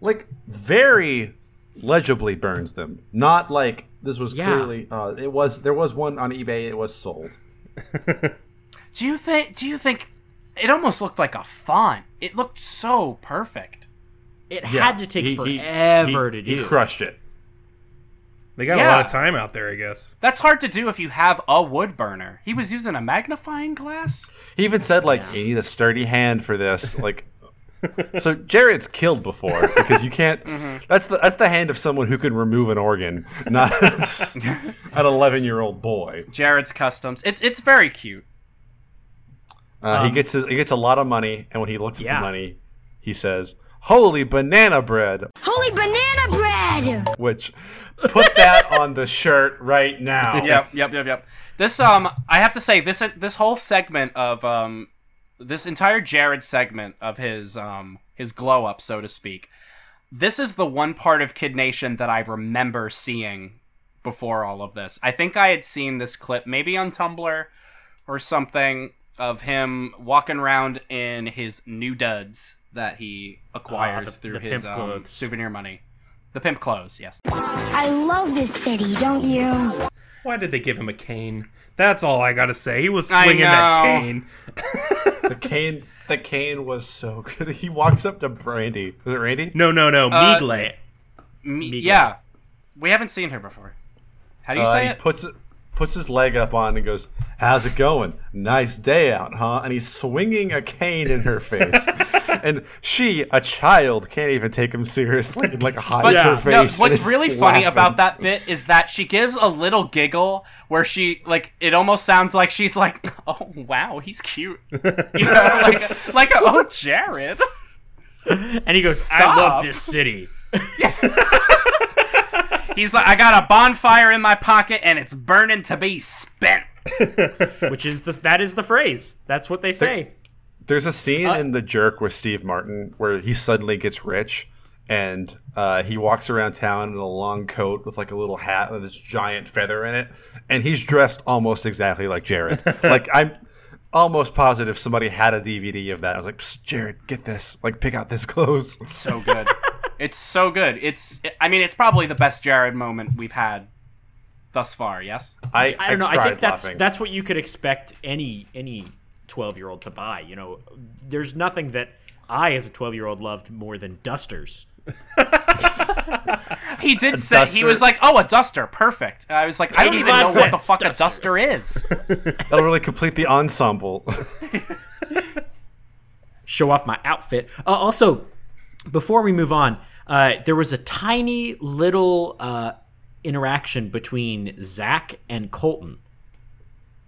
Speaker 3: Like very legibly burns them. Not like this was
Speaker 4: Yeah.
Speaker 3: clearly. Uh, it was there was one on eBay. It was sold.
Speaker 2: Do you think? Do you think? It almost looked like a font. It looked so perfect.
Speaker 4: It
Speaker 3: Yeah,
Speaker 4: had to take
Speaker 3: he- he-
Speaker 4: forever
Speaker 3: he-
Speaker 4: to do.
Speaker 3: He crushed it.
Speaker 5: They got a
Speaker 2: Yeah.
Speaker 5: lot of time out there, I guess.
Speaker 2: That's hard to do if you have a wood burner. He was using a magnifying glass.
Speaker 3: He even said like you need a sturdy hand for this. Like so Jared's killed before because you can't that's the that's the hand of someone who can remove an organ, not an eleven year old boy.
Speaker 2: Jared's customs. It's it's very cute.
Speaker 3: Uh,
Speaker 2: Um,
Speaker 3: he gets his, he gets a lot of money and when he looks at
Speaker 4: yeah.
Speaker 3: the money, he says, Holy banana bread
Speaker 6: Holy banana bread!
Speaker 3: which put that on the shirt right now.
Speaker 2: Yep, yep, yep, yep. This um, I have to say this this whole segment of um, this entire Jared segment of his um his glow up, so to speak. This is the one part of Kid Nation that I remember seeing before all of this. I think I had seen this clip maybe on Tumblr or something of him walking around in his new duds that he acquires
Speaker 4: Ah, the-
Speaker 2: through
Speaker 4: the
Speaker 2: his
Speaker 4: pimp
Speaker 2: um,
Speaker 4: clothes.
Speaker 2: souvenir money. The pimp clothes, yes.
Speaker 1: I love this city, don't you?
Speaker 5: Why did they give him a cane? That's all I gotta say. He was
Speaker 2: I
Speaker 5: swinging that
Speaker 2: know.
Speaker 5: cane.
Speaker 3: The cane the cane was so good. He walks up to Brandy. Was it Randy?
Speaker 5: No, no, no.
Speaker 2: Uh,
Speaker 5: Migle.
Speaker 2: Me-
Speaker 4: Meager.
Speaker 2: yeah, we haven't seen her before. How do you
Speaker 3: Uh,
Speaker 2: say
Speaker 3: he
Speaker 2: it?
Speaker 3: puts puts his leg up on and goes, "How's it going? Nice day out, huh?" And he's swinging a cane in her face, and she, a child, can't even take him seriously. And, like hides
Speaker 2: But
Speaker 3: her
Speaker 2: yeah,
Speaker 3: face.
Speaker 2: no,
Speaker 3: and
Speaker 2: what's
Speaker 3: is
Speaker 2: really funny
Speaker 3: laughing.
Speaker 2: about that bit is that she gives a little giggle where she like it almost sounds like she's like, "Oh wow, he's cute," you know, like, like "Oh Jared."
Speaker 4: And he goes,
Speaker 2: Stop.
Speaker 4: I love this city.
Speaker 2: He's like, "I got a bonfire in my pocket and it's burning to be spent."
Speaker 4: Which is the that is the phrase. That's what they say.
Speaker 3: There's a scene
Speaker 4: Uh,
Speaker 3: in The Jerk with Steve Martin where he suddenly gets rich, and uh, he walks around town in a long coat with like a little hat with this giant feather in it, and he's dressed almost exactly like Jared. like I'm almost positive somebody had a DVD of that. I was like, "Psst, Jared, get this. Like, pick out this clothes.
Speaker 2: So good. it's so good. It's I mean, it's probably the best Jared moment we've had thus far. Yes.
Speaker 3: I,
Speaker 4: I don't know. I
Speaker 3: cried
Speaker 4: think that's
Speaker 3: laughing.
Speaker 4: that's what you could expect any any twelve year old to buy. You know, there's nothing that I as a twelve year old loved more than dusters.
Speaker 2: He did say he
Speaker 3: duster.
Speaker 2: was like, "Oh, a duster, perfect." And I was like, "I don't even
Speaker 4: 85
Speaker 2: know what the
Speaker 4: cents,
Speaker 2: fuck a
Speaker 4: duster.
Speaker 2: duster is."
Speaker 3: that'll really complete the ensemble.
Speaker 4: show off my outfit. Uh, also, before we move on, uh, there was a tiny little uh, interaction between Zach and Colton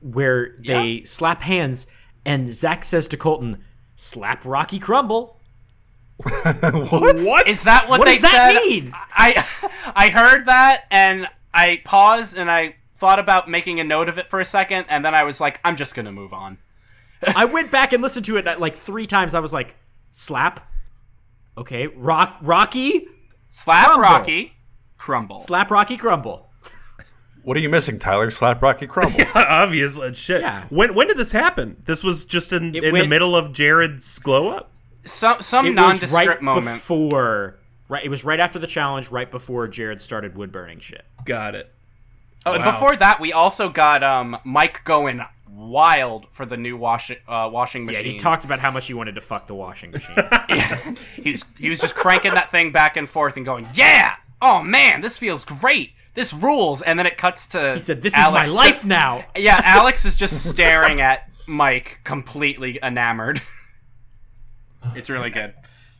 Speaker 4: where they slap hands, and Zach says to Colton, slap Rocky Crumble.
Speaker 3: what?
Speaker 2: Is that what,
Speaker 4: What
Speaker 2: they
Speaker 4: does that
Speaker 2: said?
Speaker 4: mean?
Speaker 2: I I heard that and I paused and I thought about making a note of it for a second and then I was like, I'm just gonna move on.
Speaker 4: I went back and listened to it uh, like three times. I was like, slap. Okay, rock, Rocky,
Speaker 2: Slap
Speaker 4: Crumble.
Speaker 2: Rocky, crumble.
Speaker 4: slap Rocky Crumble.
Speaker 3: What are you missing, Tyler? Slap Rocky Crumble.
Speaker 5: Obviously, shit.
Speaker 4: Yeah.
Speaker 5: When when did this happen? This was just in in the
Speaker 4: went-
Speaker 5: middle of Jared's glow up.
Speaker 2: some some
Speaker 4: It was
Speaker 2: nondescript
Speaker 4: right
Speaker 2: moment.
Speaker 4: before, right? It was right after the challenge, right before Jared started wood burning shit.
Speaker 5: Got it.
Speaker 2: Oh, and
Speaker 5: Wow.
Speaker 2: before that, we also got um Mike going wild for the new wash uh, washing
Speaker 4: Yeah,
Speaker 2: machine.
Speaker 4: he talked about how much he wanted to fuck the washing machine.
Speaker 2: he was he was just cranking that thing back and forth and going, "Yeah, oh man, this feels great. This rules." And then it cuts to
Speaker 4: he said, "This
Speaker 2: Alex
Speaker 4: is my life now."
Speaker 2: Yeah, Alex is just staring at Mike, completely enamored. it's really good.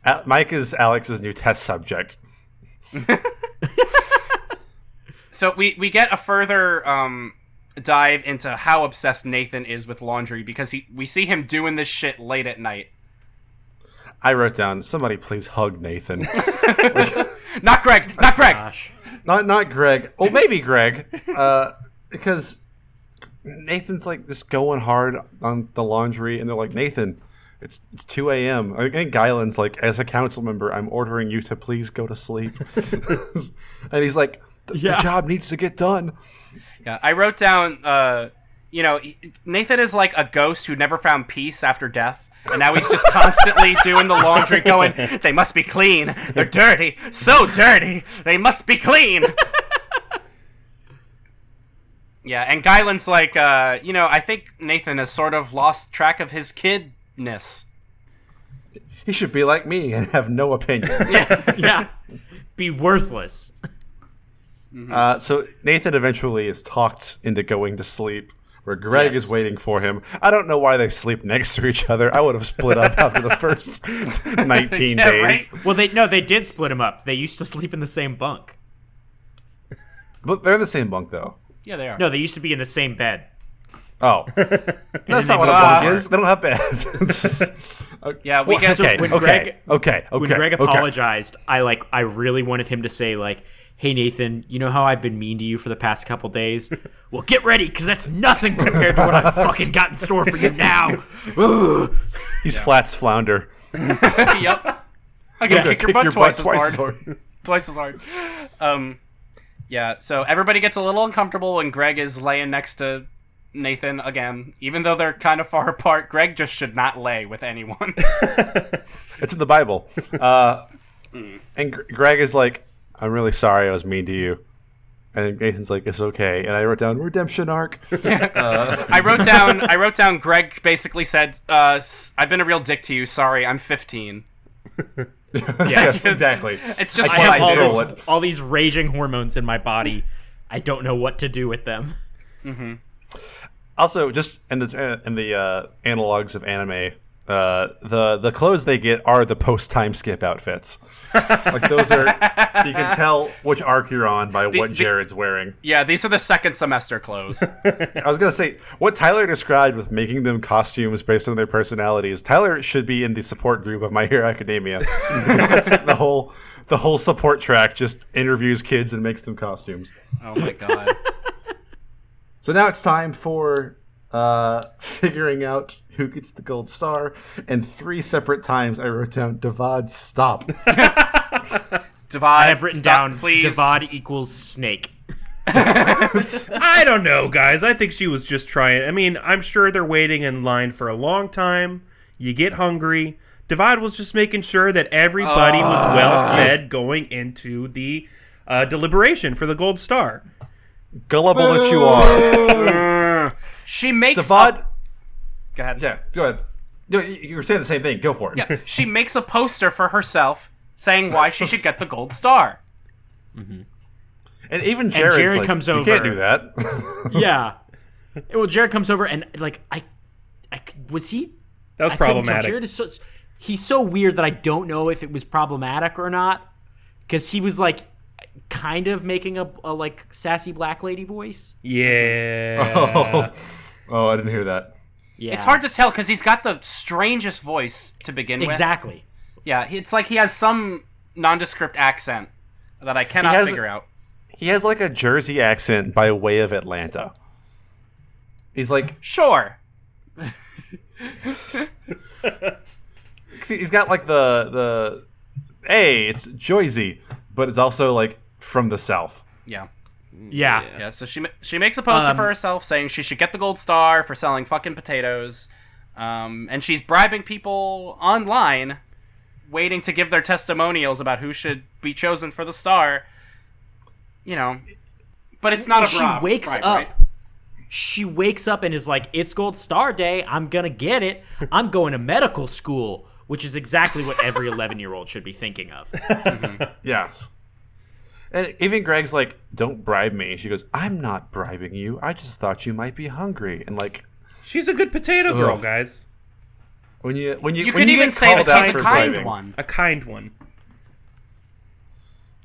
Speaker 3: Al- Mike is Alex's new test subject.
Speaker 2: So we we get a further um dive into how obsessed Nathan is with laundry because he we see him doing this shit late at night.
Speaker 3: I wrote down, somebody please hug Nathan.
Speaker 2: Not Greg, not Greg.
Speaker 4: Gosh,
Speaker 3: not not Greg. Oh, maybe Greg, uh, because Nathan's like just going hard on the laundry, and they're like, Nathan, it's it's two a.m. I think Guyland's like, as a council member, I'm ordering you to please go to sleep, and he's like, the,
Speaker 4: Yeah.
Speaker 3: the job needs to get done.
Speaker 2: Yeah, I wrote down, uh, you know, Nathan is like a ghost who never found peace after death. And now he's just constantly doing the laundry, going, they must be clean. They're dirty. So dirty. They must be clean. Yeah, and Guyland's like, uh, you know, I think Nathan has sort of lost track of his kidness.
Speaker 3: He should be like me and have no opinions.
Speaker 4: yeah, be worthless.
Speaker 3: Uh, so Nathan eventually is talked into going to sleep, where Greg
Speaker 4: Yes.
Speaker 3: is waiting for him. I don't know why they sleep next to each other. I would have split up after the first 19
Speaker 2: Yeah,
Speaker 3: days.
Speaker 4: Well, they no, they did split him up. They used to sleep in the same bunk.
Speaker 3: But they're in the same bunk, though.
Speaker 2: Yeah, they are.
Speaker 4: No, they used to be in the same bed.
Speaker 3: Oh. That's
Speaker 4: they
Speaker 3: not what a
Speaker 4: both
Speaker 3: bunk
Speaker 4: are.
Speaker 3: is. They don't have beds.
Speaker 2: yeah, we
Speaker 3: okay,
Speaker 2: get
Speaker 3: okay,
Speaker 4: when
Speaker 3: okay,
Speaker 4: Greg-
Speaker 3: okay, okay.
Speaker 4: when Greg
Speaker 3: okay.
Speaker 4: apologized, I like I really wanted him to say like, "Hey Nathan, you know how I've been mean to you for the past couple days? Well, get ready because that's nothing compared to what I fucking got in store for you now." Ugh.
Speaker 3: He's flats flounder.
Speaker 2: yep. I can
Speaker 3: Gonna
Speaker 2: kick your butt twice, as hard.
Speaker 3: hard.
Speaker 2: Twice as hard. Um, yeah. So everybody gets a little uncomfortable when Greg is laying next to Nathan again, even though they're kind of far apart. Greg just should not lay with anyone.
Speaker 3: It's in the Bible. Uh,
Speaker 2: Mm.
Speaker 3: and Gr- Greg is like, I'm really sorry I was mean to you. And Nathan's like, it's okay. And I wrote down redemption arc.
Speaker 2: I wrote down. I wrote down. Greg basically said, uh, s- "I've been a real dick to you. Sorry, I'm 15."
Speaker 3: yes, exactly.
Speaker 2: It's just
Speaker 3: I
Speaker 4: I
Speaker 2: what
Speaker 3: can't
Speaker 2: I
Speaker 4: have all,
Speaker 2: do.
Speaker 3: control
Speaker 4: this,
Speaker 3: it.
Speaker 4: all these raging hormones in my body. I don't know what to do with them.
Speaker 3: Also, just in the in the uh, analogs of anime, uh, the the clothes they get are the post time skip outfits. like those are, you can tell which arc you're on by what
Speaker 2: the-
Speaker 3: Jared's wearing.
Speaker 2: Yeah, these are the second semester clothes.
Speaker 3: I was gonna say what Tyler described with making them costumes based on their personalities. Tyler should be in the support group of My Hero Academia. It's like the whole the whole support track just interviews kids and makes them costumes.
Speaker 2: oh my god.
Speaker 3: So now it's time for uh, figuring out who gets the gold star. And three separate times I wrote down Devad stop.
Speaker 2: Divide.
Speaker 4: I have written
Speaker 2: stop,
Speaker 4: down
Speaker 2: please.
Speaker 4: Devad equals snake.
Speaker 5: I don't know, guys. I think she was just trying. I mean, I'm sure they're waiting in line for a long time. You get hungry. Divide was just making sure that everybody was
Speaker 3: Ah.
Speaker 5: well fed going into the uh, deliberation for the gold star.
Speaker 3: Gullible that you are.
Speaker 2: She makes
Speaker 3: Devad.
Speaker 2: A, go ahead.
Speaker 3: Yeah, go ahead. No, you- You were saying the same thing. Go for it.
Speaker 2: Yeah, she makes a poster for herself saying why she should get the gold star.
Speaker 3: And even Jared's
Speaker 4: Jared
Speaker 3: like,
Speaker 4: comes
Speaker 3: you
Speaker 4: over.
Speaker 3: can't do that.
Speaker 4: Yeah. Well, Jared comes over and like I, I c- was he
Speaker 5: That was
Speaker 4: I couldn't tell. Jared
Speaker 5: problematic.
Speaker 4: is so he's so weird that I don't know if it was problematic or not because he was like kind of making a, a like sassy black lady voice.
Speaker 5: Yeah.
Speaker 3: oh, oh, I didn't hear that.
Speaker 4: Yeah,
Speaker 2: It's hard to tell because he's got the strangest voice to begin with.
Speaker 4: exactly.
Speaker 2: Yeah, it's like he has some nondescript accent that I cannot
Speaker 3: He has-
Speaker 2: figure out.
Speaker 3: He has like a Jersey accent by way of Atlanta. He's like
Speaker 2: Sure.
Speaker 3: See, he's got like the the hey, it's Jersey, but it's also like from the south.
Speaker 2: Yeah.
Speaker 4: Yeah,
Speaker 2: Yeah, so she ma- she makes a poster
Speaker 4: Um,
Speaker 2: for herself saying she should get the gold star for selling fucking potatoes, um, and she's bribing people online, waiting to give their testimonials about who should be chosen for the star. You know, but it's not a
Speaker 4: she
Speaker 2: bribe.
Speaker 4: wakes
Speaker 2: right,
Speaker 4: up.
Speaker 2: right?
Speaker 4: She wakes up and is like, "It's Gold Star Day. I'm gonna get it. I'm going to medical school." Which is exactly what every 11 year old should be thinking of.
Speaker 3: Yes. And even Greg's like, "Don't bribe me." She goes, "I'm not bribing you. I just thought you might be hungry." And like
Speaker 5: She's a good potato girl,
Speaker 3: Ugh.
Speaker 5: guys.
Speaker 3: when you when you
Speaker 2: You
Speaker 3: when
Speaker 2: could
Speaker 3: you
Speaker 2: even
Speaker 3: get
Speaker 2: say
Speaker 3: called
Speaker 2: that
Speaker 3: out
Speaker 2: she's a
Speaker 3: for
Speaker 2: kind
Speaker 3: bribing-
Speaker 2: one.
Speaker 5: A kind one.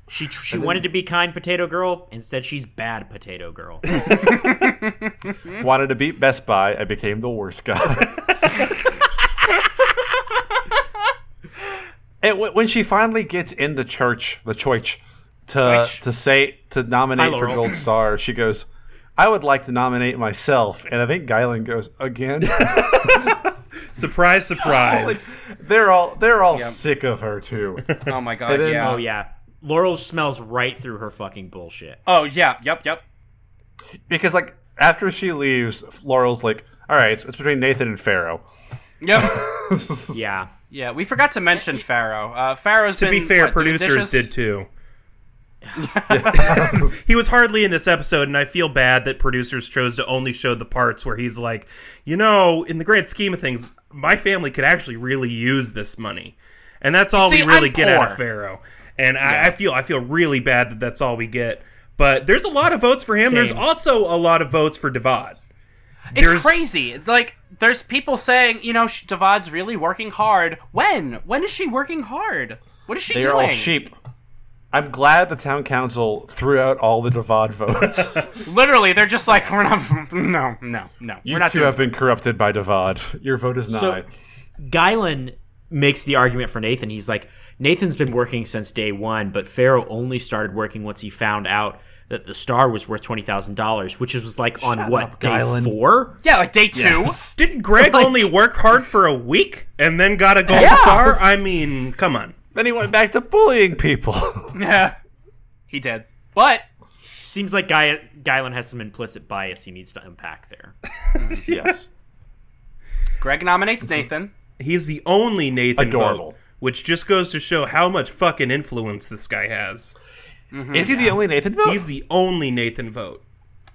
Speaker 4: She, she wanted to be kind potato girl. Instead, she's bad potato girl.
Speaker 3: wanted to beat Best Buy, I became the worst guy. and w- when she finally gets in the church, the church, to
Speaker 2: Choich.
Speaker 3: to say to nominate
Speaker 4: Hi,
Speaker 3: for
Speaker 4: Laurel.
Speaker 3: Gold Star, she goes, "I would like to nominate myself." And I think Guyland goes again.
Speaker 5: Surprise, surprise.
Speaker 3: they're all they're all sick of her too.
Speaker 2: Oh my god!
Speaker 3: And then-
Speaker 2: yeah.
Speaker 4: Oh yeah. Laurel smells right through her fucking bullshit.
Speaker 2: Oh yeah. Yep. Yep.
Speaker 3: because like after she leaves, Laurel's like, "All right, it's, it's between Nathan and Pharaoh."
Speaker 2: Yep.
Speaker 4: Yeah.
Speaker 2: yeah. We forgot to mention Pharaoh. Uh, Pharaoh's
Speaker 5: to be
Speaker 2: been,
Speaker 5: fair,
Speaker 2: what, doing dishes?
Speaker 5: producers did too. he was hardly in this episode, and I feel bad that producers chose to only show the parts where he's like, you know, in the grand scheme of things, my family could actually really use this money, and that's all
Speaker 2: See,
Speaker 5: we really
Speaker 2: I'm
Speaker 5: get out of
Speaker 2: poor.
Speaker 5: Pharaoh. And I, I feel I feel really bad that that's all we get. But there's a lot of votes for him. There's
Speaker 4: Same.
Speaker 5: also a lot of votes for Devad.
Speaker 2: It's
Speaker 5: There's-
Speaker 2: crazy. Like, there's people saying, you know, sh- Devad's really working hard. When? When is she working hard? What is she
Speaker 3: They
Speaker 2: doing?
Speaker 3: are all sheep. I'm glad the town council threw out all the Devad votes.
Speaker 2: Literally, they're just like, we're not. No, no, no.
Speaker 3: you
Speaker 2: we're not
Speaker 3: two
Speaker 2: doing
Speaker 3: have been corrupted by Devad. Your vote is not.
Speaker 4: So, Guylin makes the argument for Nathan. He's like, Nathan's been working since day one, but Pharaoh only started working once he found out that the star was worth twenty thousand dollars, which was like on what day four?
Speaker 2: Yeah, like day two.
Speaker 5: Didn't Greg
Speaker 4: Like-
Speaker 5: only work hard for a week and then got a gold star? I mean, come on.
Speaker 3: then he went back to bullying people.
Speaker 2: Yeah. He did. But
Speaker 4: Seems like Guy- Guylin has some implicit bias he needs to unpack there.
Speaker 3: yes.
Speaker 2: Greg nominates Nathan.
Speaker 5: He's the only Nathan
Speaker 3: Adorable.
Speaker 5: vote, which just goes to show how much fucking influence this guy has.
Speaker 3: Is he the only Nathan vote?
Speaker 5: He's the only Nathan vote.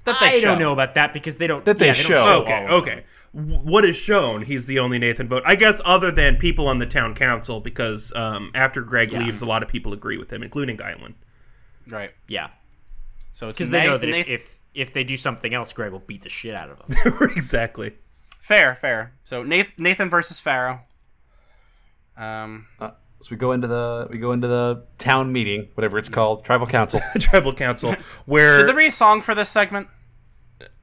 Speaker 2: That they
Speaker 4: I
Speaker 2: show.
Speaker 4: don't know about that because they don't.
Speaker 3: That they
Speaker 4: yeah, don't
Speaker 3: show.
Speaker 4: show.
Speaker 5: Okay,
Speaker 4: Oh, all of them.
Speaker 5: okay. W- What is shown? He's the only Nathan vote, I guess, other than people on the town council, because um, after Greg leaves, a lot of people agree with him, including Guyland.
Speaker 2: Right.
Speaker 4: Yeah,
Speaker 2: So it's
Speaker 4: because they know
Speaker 2: Nathan-
Speaker 4: that if,
Speaker 2: Nathan-
Speaker 4: if if they do something else, Greg will beat the shit out of them.
Speaker 5: exactly.
Speaker 2: fair, fair. So Nathan, Nathan versus Pharaoh. Um,
Speaker 3: Uh, so we go into the we go into the town meeting, whatever it's called, tribal council.
Speaker 5: The tribal council, where
Speaker 2: should there be a song for this segment?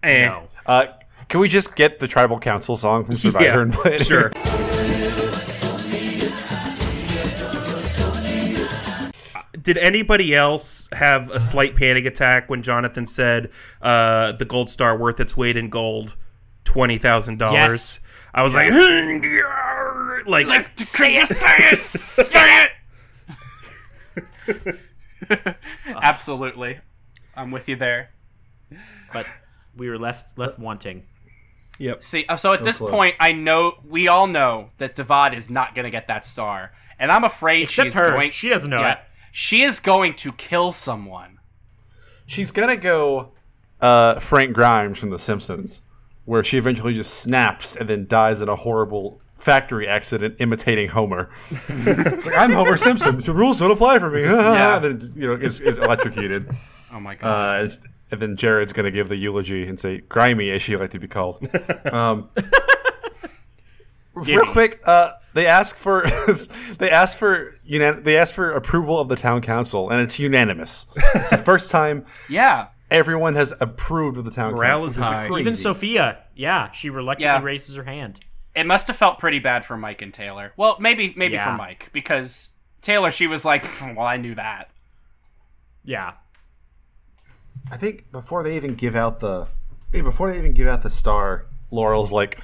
Speaker 5: eh,
Speaker 4: No.
Speaker 3: Uh, can we just get the tribal council song from Survivor
Speaker 5: Yeah,
Speaker 3: and play it?
Speaker 5: Sure. Did anybody else have a slight panic attack when Jonathan said uh, the gold star worth its weight in gold, twenty thousand dollars?
Speaker 4: Yes.
Speaker 5: I was like, like
Speaker 2: Absolutely. I'm with you there.
Speaker 4: But we were left left wanting.
Speaker 2: See, uh, so at this
Speaker 3: close.
Speaker 2: point, I know we all know that Devad is not going to get that star, and I'm afraid
Speaker 4: Except
Speaker 2: she's
Speaker 4: her.
Speaker 2: going.
Speaker 4: She doesn't know
Speaker 2: Yeah.
Speaker 4: it.
Speaker 2: She is going to kill someone.
Speaker 3: She's gonna go uh, Frank Grimes from The Simpsons, where she eventually just snaps and then dies in a horrible factory accident imitating Homer. it's like I'm Homer Simpson. The rules don't apply for me. yeah. And then, you know, is, is electrocuted.
Speaker 2: Oh my god.
Speaker 3: Uh, and then Jared's gonna give the eulogy and say, "Grimy," as she like to be called. Um, real quick, uh, they ask for they ask for unan- they ask for approval of the town council, and it's unanimous. it's the first time
Speaker 2: yeah.
Speaker 3: everyone has approved of the town
Speaker 5: morale
Speaker 3: council.
Speaker 5: is high.
Speaker 4: Even Sophia, yeah, she reluctantly
Speaker 2: Yeah.
Speaker 4: raises her hand.
Speaker 2: It must have felt pretty bad for Mike and Taylor. Well, maybe maybe
Speaker 4: Yeah.
Speaker 2: for Mike because Taylor she was like, "Well, I knew that."
Speaker 4: Yeah,
Speaker 3: I think before they even give out the yeah, before they even give out the star, Laurel's like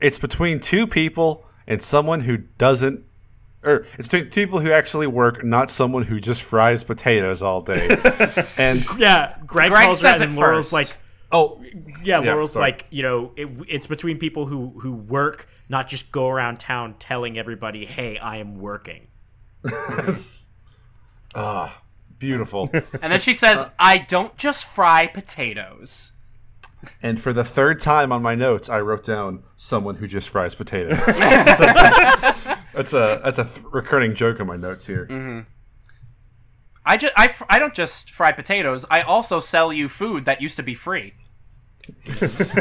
Speaker 3: it's between two people and someone who doesn't or it's between two people who actually work, not someone who just fries potatoes all day. and
Speaker 4: yeah. Greg,
Speaker 2: Greg
Speaker 4: calls
Speaker 2: says
Speaker 4: her out,
Speaker 2: it
Speaker 4: and Laurel's
Speaker 2: first.
Speaker 4: like,
Speaker 3: oh,
Speaker 4: yeah,
Speaker 3: Yeah,
Speaker 4: Laurel's
Speaker 3: sorry.
Speaker 4: like, you know, it, it's between people who who work, not just go around town telling everybody, hey, I am working.
Speaker 3: ah, beautiful.
Speaker 2: And then she says,
Speaker 3: Uh.
Speaker 2: "I don't just fry potatoes."
Speaker 3: and for the third time on my notes, I wrote down someone who just fries potatoes. that's a that's a th- recurring joke in my notes
Speaker 5: Mm-hmm.
Speaker 3: here.
Speaker 2: I just I, fr- I don't just fry potatoes. I also sell you food that used to be free.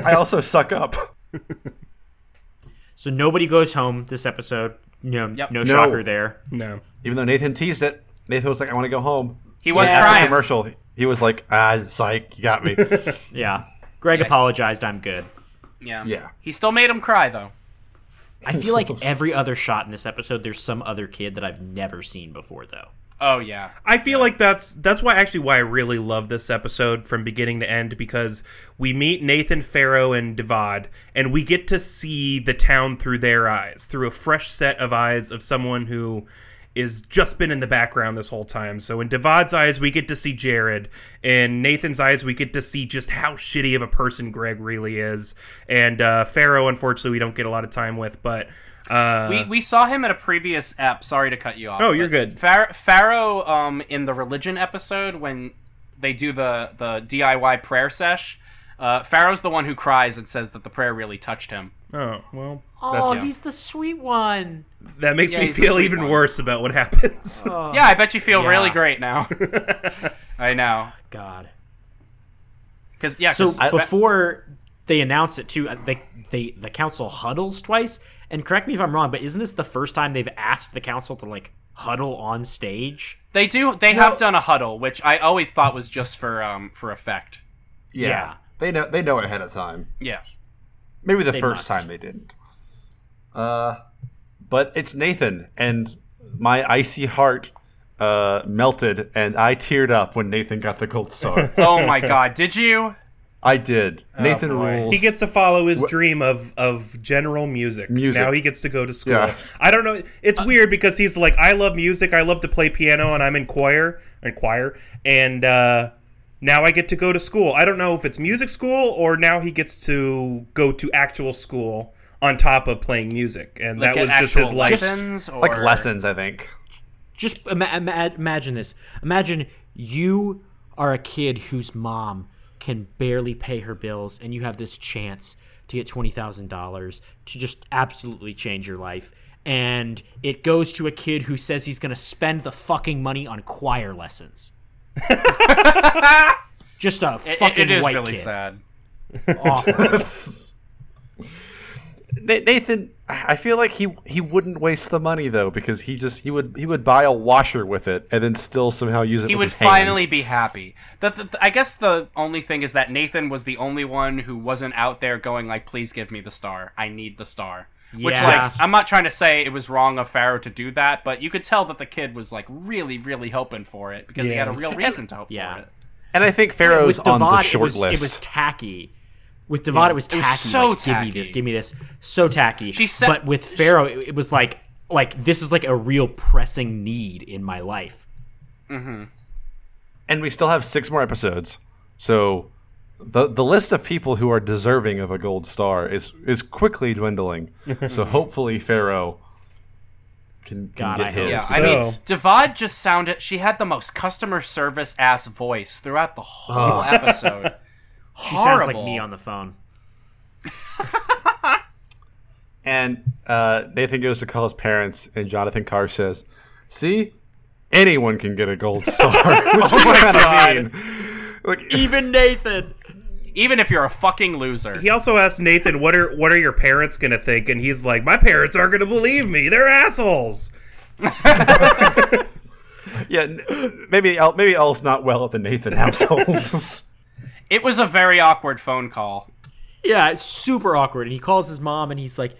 Speaker 3: I also suck up.
Speaker 4: So nobody goes home this episode. No,
Speaker 2: Yep.
Speaker 4: no
Speaker 2: No.
Speaker 4: shocker there.
Speaker 5: No.
Speaker 3: Even though Nathan teased it, Nathan was like, "I want to go home."
Speaker 2: He was
Speaker 3: After the
Speaker 2: crying.
Speaker 3: commercial, he was like, "Ah, psych, you got me."
Speaker 4: Yeah, Greg apologized. I'm good.
Speaker 2: Yeah.
Speaker 3: Yeah.
Speaker 2: He still made him cry though.
Speaker 4: I feel like every other shot in this episode, there's some other kid that I've never seen before, though.
Speaker 2: Oh yeah.
Speaker 5: I feel like that's that's why actually why I really love this episode from beginning to end because we meet Nathan Farrow and Devad and we get to see the town through their eyes, through a fresh set of eyes of someone who is just been in the background this whole time. So in Devad's eyes we get to see Jared, in Nathan's eyes we get to see just how shitty of a person Greg really is. And uh Farrow unfortunately we don't get a lot of time with, but Uh,
Speaker 2: we we saw him in a previous ep. Sorry to cut you off.
Speaker 5: Oh, you're
Speaker 2: but
Speaker 5: good.
Speaker 2: Phar- Pharaoh, um, in the religion episode when they do the the DIY prayer sesh, uh, Pharaoh's the one who cries and says that the prayer really touched him.
Speaker 5: oh well,
Speaker 4: Oh,
Speaker 3: That's- yeah.
Speaker 4: he's the sweet one.
Speaker 5: that makes
Speaker 2: Yeah,
Speaker 5: me
Speaker 2: he's a
Speaker 5: feel
Speaker 2: sweet
Speaker 5: even
Speaker 2: one. Oh,
Speaker 5: worse about what happens.
Speaker 2: yeah, I bet you feel
Speaker 4: Oh. Yeah.
Speaker 2: really great now. I know,
Speaker 4: God.
Speaker 2: because yeah,
Speaker 4: So
Speaker 2: 'cause
Speaker 4: before they announce it too, uh, they, they the council huddles twice. And correct me if I'm wrong, but isn't this the first time they've asked the council to like huddle on stage?
Speaker 2: they do. They have done a huddle, which I always thought was just for um for effect.
Speaker 3: Yeah.
Speaker 4: Yeah.
Speaker 3: They know they know ahead of time.
Speaker 2: Yeah,
Speaker 3: Maybe the
Speaker 4: They
Speaker 3: first
Speaker 4: must.
Speaker 3: time they didn't. Uh, but it's Nathan, and my icy heart uh, melted, and I teared up when Nathan got the gold star.
Speaker 2: Oh my god, did you?
Speaker 3: I did. Nathan rules.
Speaker 5: He gets to follow his dream of of general music.
Speaker 3: Music.
Speaker 5: Now he gets to go to school.
Speaker 3: Yes.
Speaker 5: I don't know. It's
Speaker 2: Uh,
Speaker 5: weird because he's like, I love music. I love to play piano, and I'm in choir, in choir, and uh, now I get to go to school. I don't know if it's music school or now he gets to go to actual school on top of playing music, and
Speaker 2: Like
Speaker 5: that was
Speaker 2: at
Speaker 5: just his
Speaker 2: actual
Speaker 5: life.
Speaker 2: lessons or
Speaker 3: like lessons, I think.
Speaker 4: Just ima- ima- imagine this. Imagine you are a kid whose mom can barely pay her bills, and you have this chance to get twenty thousand dollars to just absolutely change your life. And it goes to a kid who says he's going to spend the fucking money on choir lessons. just a
Speaker 2: It-
Speaker 4: fucking
Speaker 2: it is
Speaker 4: white
Speaker 2: really
Speaker 4: kid.
Speaker 2: sad.
Speaker 4: Awful.
Speaker 3: Na- Nathan, I feel like he he wouldn't waste the money though because he just he would he would buy a washer with it and then still somehow use it.
Speaker 2: he
Speaker 3: with
Speaker 2: would
Speaker 3: his hands.
Speaker 2: finally be happy. The, the, I guess the only thing is that Nathan was the only one who wasn't out there going like, "Please give me the star. I need the star." Which,
Speaker 4: Yeah.
Speaker 2: like, I'm not trying to say it was wrong of Pharaoh to do that, but you could tell that the kid was like really, really hoping for it because he
Speaker 5: Yeah.
Speaker 2: had a real reason to hope
Speaker 4: yeah.
Speaker 2: for it.
Speaker 3: And I think Pharaoh's
Speaker 4: with
Speaker 3: on the
Speaker 4: Devad,
Speaker 3: short
Speaker 4: it was,
Speaker 3: list.
Speaker 4: It was tacky. With Devad, it was
Speaker 2: It
Speaker 4: tacky.
Speaker 2: was so
Speaker 4: like,
Speaker 2: tacky.
Speaker 4: Give me this. Give me this. So tacky.
Speaker 2: She said-
Speaker 4: but with Pharaoh, it, it was like like this is like a real pressing need in my life.
Speaker 3: and we still have six more episodes. So the the list of people who are deserving of a gold star is is quickly dwindling. so hopefully Pharaoh can, can
Speaker 4: God, I
Speaker 3: get his.
Speaker 4: hope
Speaker 2: Yeah,
Speaker 5: so.
Speaker 2: I mean,
Speaker 5: So-
Speaker 2: Devad just sounded. She had the most customer service ass voice throughout the whole episode.
Speaker 4: She
Speaker 2: Horrible.
Speaker 4: sounds like me on the phone.
Speaker 3: And uh, Nathan goes to call his parents, and Jonathan Carr says, "See, anyone can get a gold star." Which
Speaker 2: Oh
Speaker 3: is what I mean. Like,
Speaker 4: Even Nathan.
Speaker 2: even if you're a fucking loser.
Speaker 5: He also asked Nathan, "What are what are your parents gonna think?" And he's like, "My parents aren't gonna believe me. They're assholes."
Speaker 3: yeah, n- maybe all, maybe all's not well at the Nathan household.
Speaker 2: It was a very awkward phone call.
Speaker 4: Yeah, it's super awkward. And he calls his mom and he's like,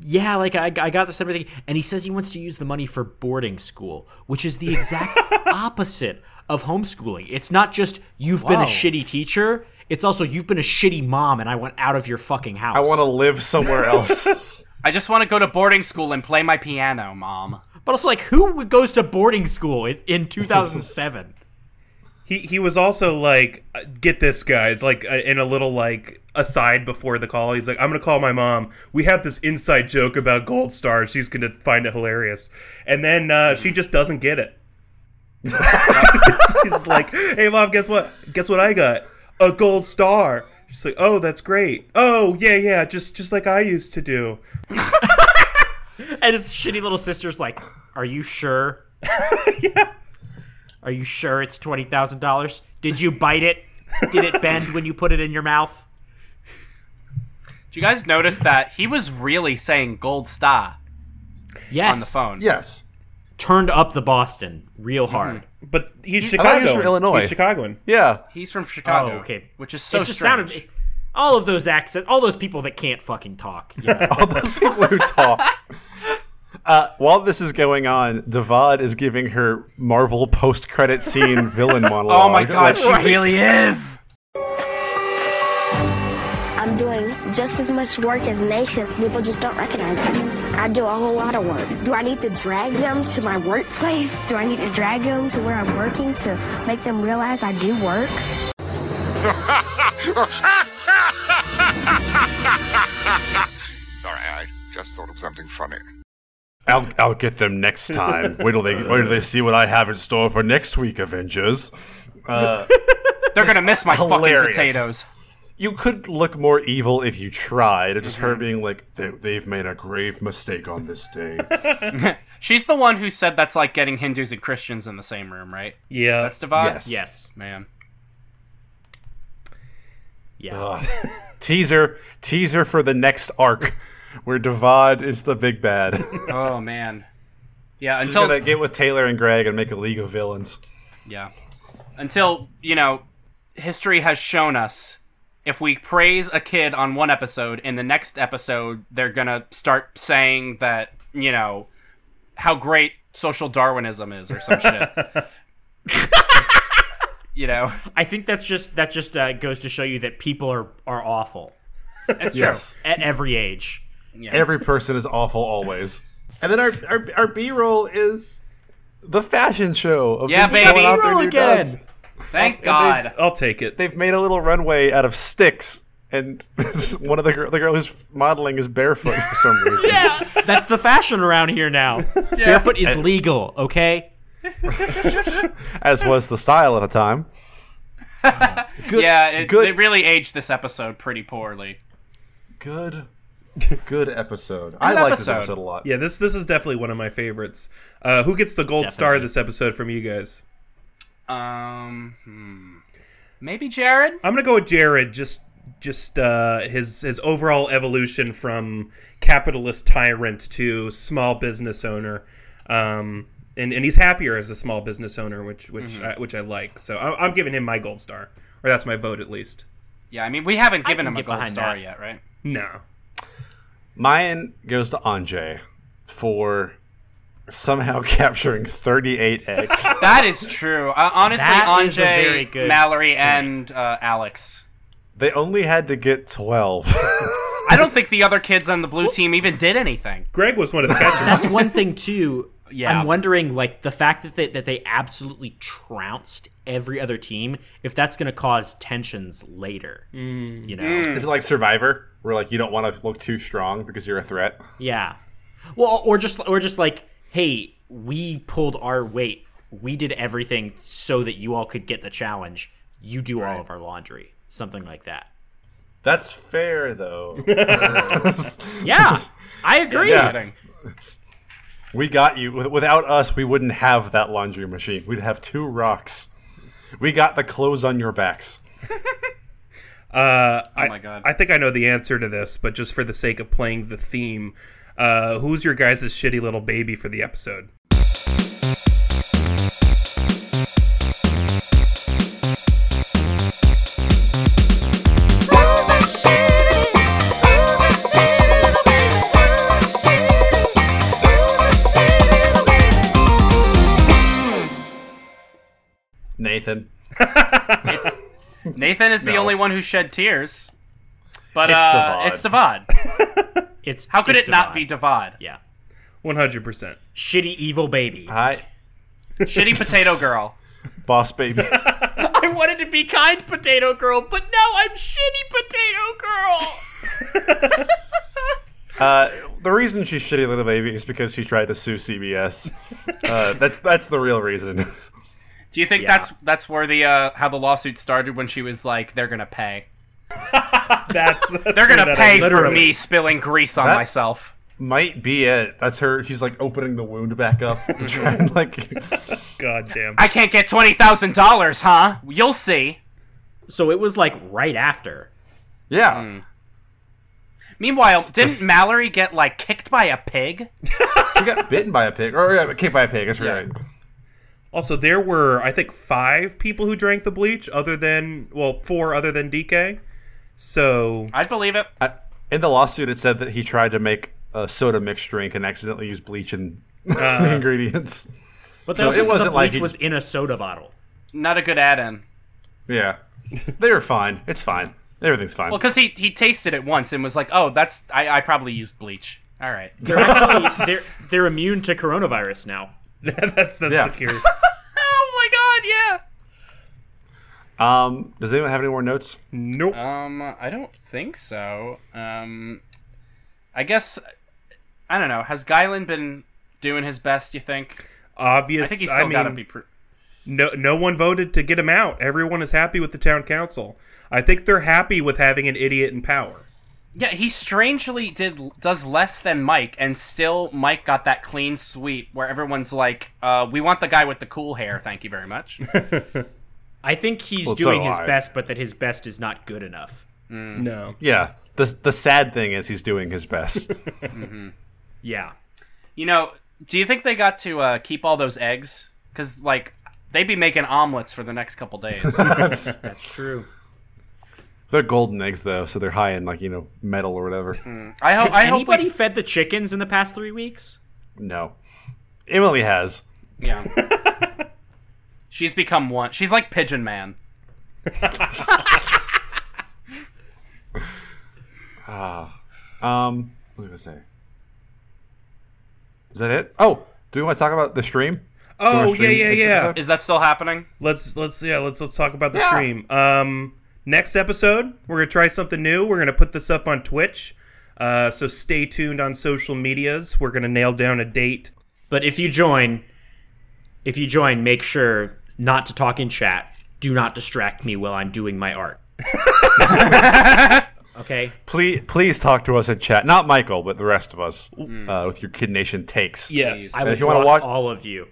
Speaker 4: Yeah, like I, I got this everything. And he says he wants to use the money for boarding school, which is the exact opposite of homeschooling. It's not just you've been a
Speaker 2: Wow.
Speaker 4: shitty teacher, it's also you've been a shitty mom and I want out of your fucking house.
Speaker 3: I want to live somewhere else.
Speaker 2: I just want to go to boarding school and play my piano, mom.
Speaker 4: But also, like, who goes to boarding school in, in 2007?
Speaker 5: He he was also like, uh, get this, guys. Like uh, in a little like aside before the call, he's like, I'm gonna call my mom. We have this inside joke about Gold Star. She's gonna find it hilarious. And then uh, she just doesn't get it. She's like, Hey mom, guess what? Guess what I got? A gold star. She's like, Oh, that's great. Oh yeah yeah, just just like I used to do.
Speaker 4: and his shitty little sister's like, Are you sure? yeah. Are you sure it's $20,000? Did you bite it? Did it bend when you put it in your mouth?
Speaker 2: Do you guys notice that he was really saying gold star
Speaker 4: Yes.
Speaker 2: on the phone? Mm-hmm.
Speaker 3: yes.
Speaker 4: Turned up the Boston real hard.
Speaker 5: But he's
Speaker 3: I thought
Speaker 5: Chicago.
Speaker 3: he was from Illinois.
Speaker 5: He's Chicagoan.
Speaker 3: Yeah.
Speaker 2: He's from
Speaker 4: Oh,
Speaker 2: Chicago.
Speaker 4: okay.
Speaker 2: Which is so
Speaker 4: it just
Speaker 2: strange.
Speaker 4: sounded all of those accents, all those people that can't fucking talk. Yeah.
Speaker 3: All those people who talk. Uh, while this is going on, Devad is giving her Marvel post-credit scene villain monologue.
Speaker 2: oh my god, she
Speaker 3: Like,
Speaker 2: really is.
Speaker 1: I'm doing just as much work as Nathan. People just don't recognize me. I do a whole lot of work. Do I need to drag them to my workplace? Do I need to drag them to where I'm working to make them realize I do work?
Speaker 11: Sorry, I Just thought of something funny.
Speaker 3: I'll, I'll get them next time. Wait till they wait till they see what I have in store for next week, Avengers. Uh,
Speaker 2: They're gonna miss my
Speaker 3: Hilarious.
Speaker 2: fucking potatoes.
Speaker 3: you could look more evil if you tried. It's just her being like, they, "They've made a grave mistake on this day."
Speaker 2: She's the one who said that's like getting Hindus and Christians in the same room, right?
Speaker 5: Yeah.
Speaker 2: That's Devad?
Speaker 3: Yes.
Speaker 4: Yes.
Speaker 2: Man.
Speaker 4: Yeah.
Speaker 3: Ugh. teaser, teaser for the next arc, where Devad is the big bad.
Speaker 2: Oh man. Yeah,
Speaker 3: She's
Speaker 2: until
Speaker 3: gonna get with Taylor and Greg and make a league of villains.
Speaker 2: Yeah. Until, you know, history has shown us if we praise a kid on one episode, in the next episode, they're going to start saying that, you know, how great social Darwinism is or some shit. you know,
Speaker 4: I think that's just that just uh, goes to show you that people are are awful
Speaker 2: it's true.
Speaker 3: Yes.
Speaker 4: at every age.
Speaker 3: Every person is awful always. And then our our, our B roll is the fashion show of
Speaker 2: Yeah,
Speaker 3: them showing
Speaker 2: baby.
Speaker 3: off their
Speaker 4: B-roll
Speaker 3: new
Speaker 4: again.
Speaker 3: guns.
Speaker 2: Thank God.
Speaker 5: I'll take it.
Speaker 3: They've made a little runway out of sticks, and one of the girl, the girl who's modeling is barefoot for some reason. yeah.
Speaker 4: That's the fashion around here now. Barefoot is legal, okay?
Speaker 3: As was the style at the time. Good,
Speaker 2: yeah, it,
Speaker 3: good,
Speaker 2: they really aged this episode pretty poorly.
Speaker 3: good, good episode. I like this
Speaker 2: episode.
Speaker 3: episode a lot.
Speaker 5: Yeah, this this is definitely one of my favorites. Uh, who gets the gold star this episode from you guys?
Speaker 2: Um, hmm. maybe Jared.
Speaker 5: I'm gonna go with Jared. Just just uh, his his overall evolution from capitalist tyrant to small business owner, um, and and he's happier as a small business owner, which which I, which I like. So I, I'm giving him my gold star, or that's my vote at least.
Speaker 2: Yeah, I mean we haven't given
Speaker 4: can
Speaker 2: him a
Speaker 4: get
Speaker 2: gold
Speaker 4: behind
Speaker 2: star
Speaker 4: that.
Speaker 2: yet, right?
Speaker 5: No,
Speaker 3: Mine goes to Anjay for somehow capturing 38x.
Speaker 2: That is true. Uh, honestly,
Speaker 4: That is a
Speaker 2: Anjay,
Speaker 4: very good
Speaker 2: Mallory, and uh, Alex.
Speaker 3: they only had to get 12.
Speaker 2: I don't think the other kids on the blue team even did anything.
Speaker 5: Greg was one of the catchers.
Speaker 4: That's one thing too.
Speaker 2: Yeah.
Speaker 4: I'm wondering like the fact that they, that they absolutely trounced every other team if that's going to cause tensions later.
Speaker 2: Mm.
Speaker 4: You know.
Speaker 3: Is it like Survivor, where like you don't want to look too strong because you're a threat?
Speaker 4: Yeah. Well, or just or just like, hey, we pulled our weight. We did everything so that you all could get the challenge. You do all of our laundry, something like that.
Speaker 3: That's fair though.
Speaker 4: Yeah, I agree.
Speaker 3: Yeah.
Speaker 2: Kidding.
Speaker 3: we got you. With- Without us, we wouldn't have that laundry machine. We'd have two rocks. We got the clothes on your backs.
Speaker 5: Uh, I,
Speaker 2: Oh my God.
Speaker 5: I think I know the answer to this, but just for the sake of playing the theme, uh, who's your guys' shitty little baby for the episode?
Speaker 3: Nathan.
Speaker 2: Nathan is the
Speaker 3: No.
Speaker 2: only one who shed tears. But
Speaker 3: It's
Speaker 2: uh,
Speaker 3: Devad.
Speaker 2: it's Devad.
Speaker 4: It's
Speaker 2: How could
Speaker 4: it's
Speaker 2: it not be
Speaker 4: Devon.
Speaker 2: Devad?
Speaker 4: Yeah,
Speaker 5: One hundred percent.
Speaker 4: shitty evil baby.
Speaker 3: Hi,
Speaker 2: Shitty potato girl.
Speaker 3: boss baby.
Speaker 4: I wanted to be kind potato girl, but now I'm shitty potato girl.
Speaker 3: Uh, the reason she's shitty little baby is because she tried to sue CBS. Uh, that's that's the real reason.
Speaker 2: Do you think that's that's where the uh, how the lawsuit started when she was like, "They're gonna pay.
Speaker 5: That's, that's
Speaker 2: They're gonna
Speaker 5: where that
Speaker 2: pay for
Speaker 5: literally-
Speaker 2: me spilling grease on
Speaker 3: That-
Speaker 2: myself."
Speaker 3: Might be it. That's her. She's like opening the wound back up to try and like.
Speaker 5: God damn.
Speaker 2: I can't get twenty thousand dollars, huh? You'll see.
Speaker 4: so it was like right after.
Speaker 3: Yeah.
Speaker 2: Meanwhile, didn't
Speaker 3: dis-
Speaker 2: Mallory get like kicked by a pig?
Speaker 3: She got bitten by a pig, or uh, kicked by a pig. That's right.
Speaker 5: also, there were I think five people who drank the bleach, other than well, four other than DK. So
Speaker 2: I'd believe it.
Speaker 3: I, in the lawsuit, it said that he tried to make a soda mixed drink and accidentally used bleach in the ingredients.
Speaker 4: But
Speaker 3: So
Speaker 4: that was
Speaker 3: it
Speaker 4: just that
Speaker 3: wasn't
Speaker 4: the
Speaker 3: like
Speaker 4: bleach
Speaker 3: he's-
Speaker 4: was in a soda bottle.
Speaker 2: Not a good add-in.
Speaker 3: Yeah, they were fine. It's fine. Everything's fine.
Speaker 2: Well, because he he tasted it once and was like, "Oh, that's I, I probably used bleach." All right.
Speaker 4: They're actually they're they're immune to coronavirus now.
Speaker 5: that's that's
Speaker 3: Yeah.
Speaker 5: the cure.
Speaker 2: oh my god,
Speaker 3: um, does anyone have any more notes?
Speaker 2: Uh,
Speaker 5: nope.
Speaker 2: yeah. Um, I don't think so. Um, I guess I don't know. Has Guylin been doing his best? You think?
Speaker 5: Obvious.
Speaker 2: I think he's still
Speaker 5: mean,
Speaker 2: got to be. Pr-
Speaker 5: No, no one voted to get him out. Everyone is happy with the town council. I think they're happy with having an idiot in power.
Speaker 2: yeah, he strangely did does less than Mike, and still Mike got that clean sweep where everyone's like, uh, "We want the guy with the cool hair, thank you very much."
Speaker 4: I think he's
Speaker 3: Well, so
Speaker 4: doing his
Speaker 3: do I.
Speaker 4: best, but that his best is not good enough.
Speaker 5: No.
Speaker 3: Yeah. The the sad thing is he's doing his best.
Speaker 4: Yeah.
Speaker 2: you know, do you think they got to uh, keep all those eggs? Because like they'd be making omelets for the next couple days.
Speaker 3: That's-
Speaker 4: That's true.
Speaker 3: they're golden eggs though, so they're high in like, you know, metal or whatever.
Speaker 5: Mm.
Speaker 2: I hope.
Speaker 4: Has
Speaker 2: I hope.
Speaker 4: anybody
Speaker 2: We,
Speaker 4: fed the chickens in the past three weeks?
Speaker 3: No. Emily has.
Speaker 2: yeah. She's become one. She's like Pigeon Man.
Speaker 3: Um what was I gonna say? Is that it? Oh, do we want to talk about the stream? wanna
Speaker 5: Oh yeah,
Speaker 3: stream
Speaker 5: yeah,
Speaker 3: next
Speaker 5: yeah.
Speaker 3: episode?
Speaker 2: Is that still happening?
Speaker 5: Let's let's yeah let's let's talk about the stream. Um, next episode we're gonna try something new. We're gonna put this up on Twitch. Uh, so stay tuned on social medias. We're gonna nail down a date.
Speaker 4: But if you join, if you join, make sure not to talk in chat. Do not distract me while I'm doing my art. okay.
Speaker 3: Please, please talk to us in chat. Not Michael, but the rest of us uh, with your Kid Nation takes.
Speaker 5: Mm. Yes.
Speaker 4: I
Speaker 3: And
Speaker 4: will
Speaker 3: if you wanna
Speaker 4: block
Speaker 3: watch-
Speaker 4: all of you.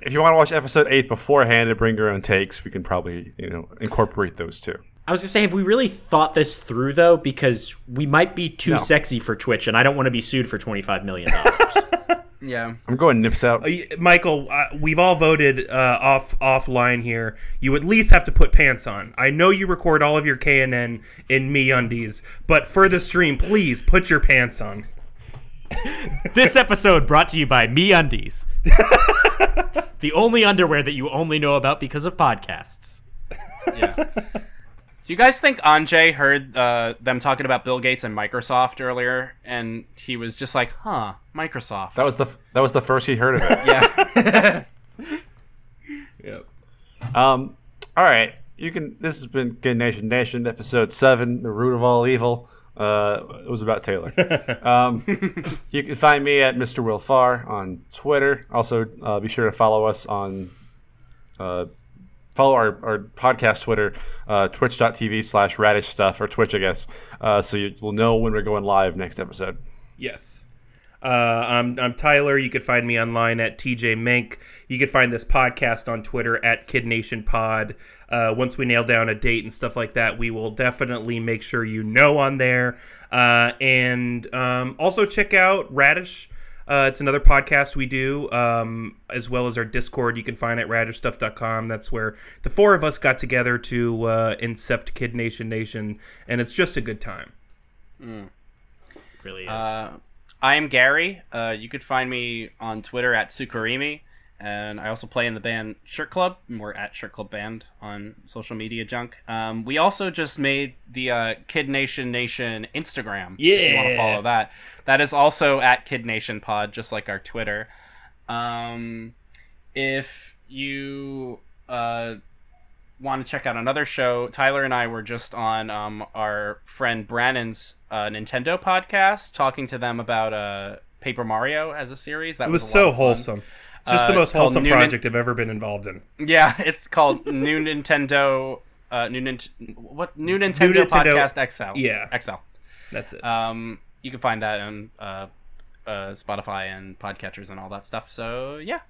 Speaker 3: If you want to watch episode eight beforehand and bring your own takes, we can probably you know incorporate those too.
Speaker 4: I was gonna say, have we really thought this through though? Because we might be too
Speaker 3: No.
Speaker 4: sexy for Twitch, and I don't want to be sued for twenty five million dollars.
Speaker 2: Yeah.
Speaker 3: I'm going nips out.
Speaker 5: Y- Michael, uh, we've all voted uh, off offline here. You at least have to put pants on. I know you record all of your KNN in me undies, but for the stream, please put your pants on.
Speaker 4: this episode brought to you by Me Undies, the only underwear that you only know about because of podcasts.
Speaker 2: Do you guys think Anjay heard uh, them talking about Bill Gates and Microsoft earlier, and he was just like, "Huh, Microsoft."
Speaker 3: That was the that was the first he heard of it.
Speaker 2: yeah.
Speaker 5: Yep.
Speaker 3: Um, all right, you can. This has been Kid Nation Nation episode seven, the root of all evil. Uh, it was about Taylor. um, you can find me at Mr. Will Farr on Twitter. Also, uh, be sure to follow us on. Uh, follow our, our podcast Twitter, uh, twitch.tv slash radish stuff, or Twitch, I guess, uh, so you will know when we're going live next episode.
Speaker 5: Yes. Uh, I'm, I'm Tyler. You could find me online at TJ Mink. You could find this podcast on Twitter at Kid Nation Pod. Uh, once we nail down a date and stuff like that, we will definitely make sure you know on there. Uh, and um, also check out Radish. Uh, it's another podcast we do, um, as well as our Discord. You can find at radishstuff.com. That's where the four of us got together to uh, incept Kid Nation Nation, and it's just a good time.
Speaker 4: Really is.
Speaker 2: Uh, I'm Gary. Uh, you could find me on Twitter at Sukarimi, and I also play in the band Shirt Club. And we're at Shirt Club Band on social media junk. Um, we also just made the uh, Kid Nation Nation Instagram. if you want to
Speaker 5: Yeah.
Speaker 2: follow that. That is also at Kid Nation Pod, just like our Twitter. Um, if you uh, want to check out another show, Tyler and I were just on um, our friend Brannon's uh, Nintendo podcast, talking to them about uh, Paper Mario as a series. That
Speaker 5: It
Speaker 2: was,
Speaker 5: was
Speaker 2: a lot
Speaker 5: so
Speaker 2: of fun.
Speaker 5: wholesome. It's just
Speaker 2: Uh,
Speaker 5: the most
Speaker 2: called
Speaker 5: wholesome
Speaker 2: Noonan-
Speaker 5: project I've ever been involved in.
Speaker 2: Yeah, it's called New Nintendo. Uh, new Nint- what new Nintendo,
Speaker 5: Nintendo-
Speaker 2: podcast XL.
Speaker 5: Yeah.
Speaker 2: XL.
Speaker 5: That's it.
Speaker 2: Um, you can find that on uh, uh, Spotify and podcatchers and all that stuff. So yeah,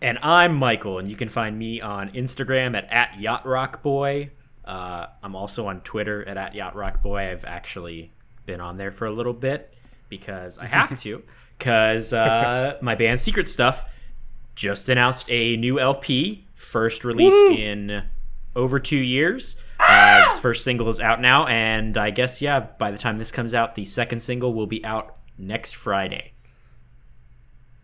Speaker 4: And I'm Michael, and you can find me on Instagram at, at YachtRockBoy. Uh, I'm also on Twitter at, at YachtRockBoy. I've actually been on there for a little bit because I have to, because uh, my band Secret Stuff just announced a new LP, first release in over two years. Uh, its first single is out now, and I guess, yeah, by the time this comes out, the second single will be out next Friday.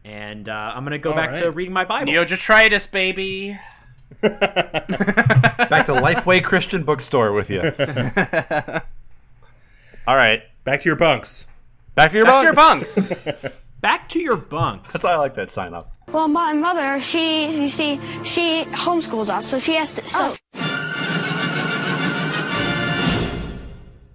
Speaker 4: And uh, I'm going to go back to
Speaker 5: right.
Speaker 4: reading my Bible.
Speaker 2: Neodetritus, baby.
Speaker 3: Back to Lifeway Christian Bookstore with you. all right,
Speaker 5: Back to your bunks.
Speaker 3: back to your
Speaker 2: That's
Speaker 3: bunks.
Speaker 2: your bunks.
Speaker 4: Back to your bunks.
Speaker 3: That's why I like that sign up.
Speaker 6: Well, my mother, she, you see, she homeschools us, so she has to. So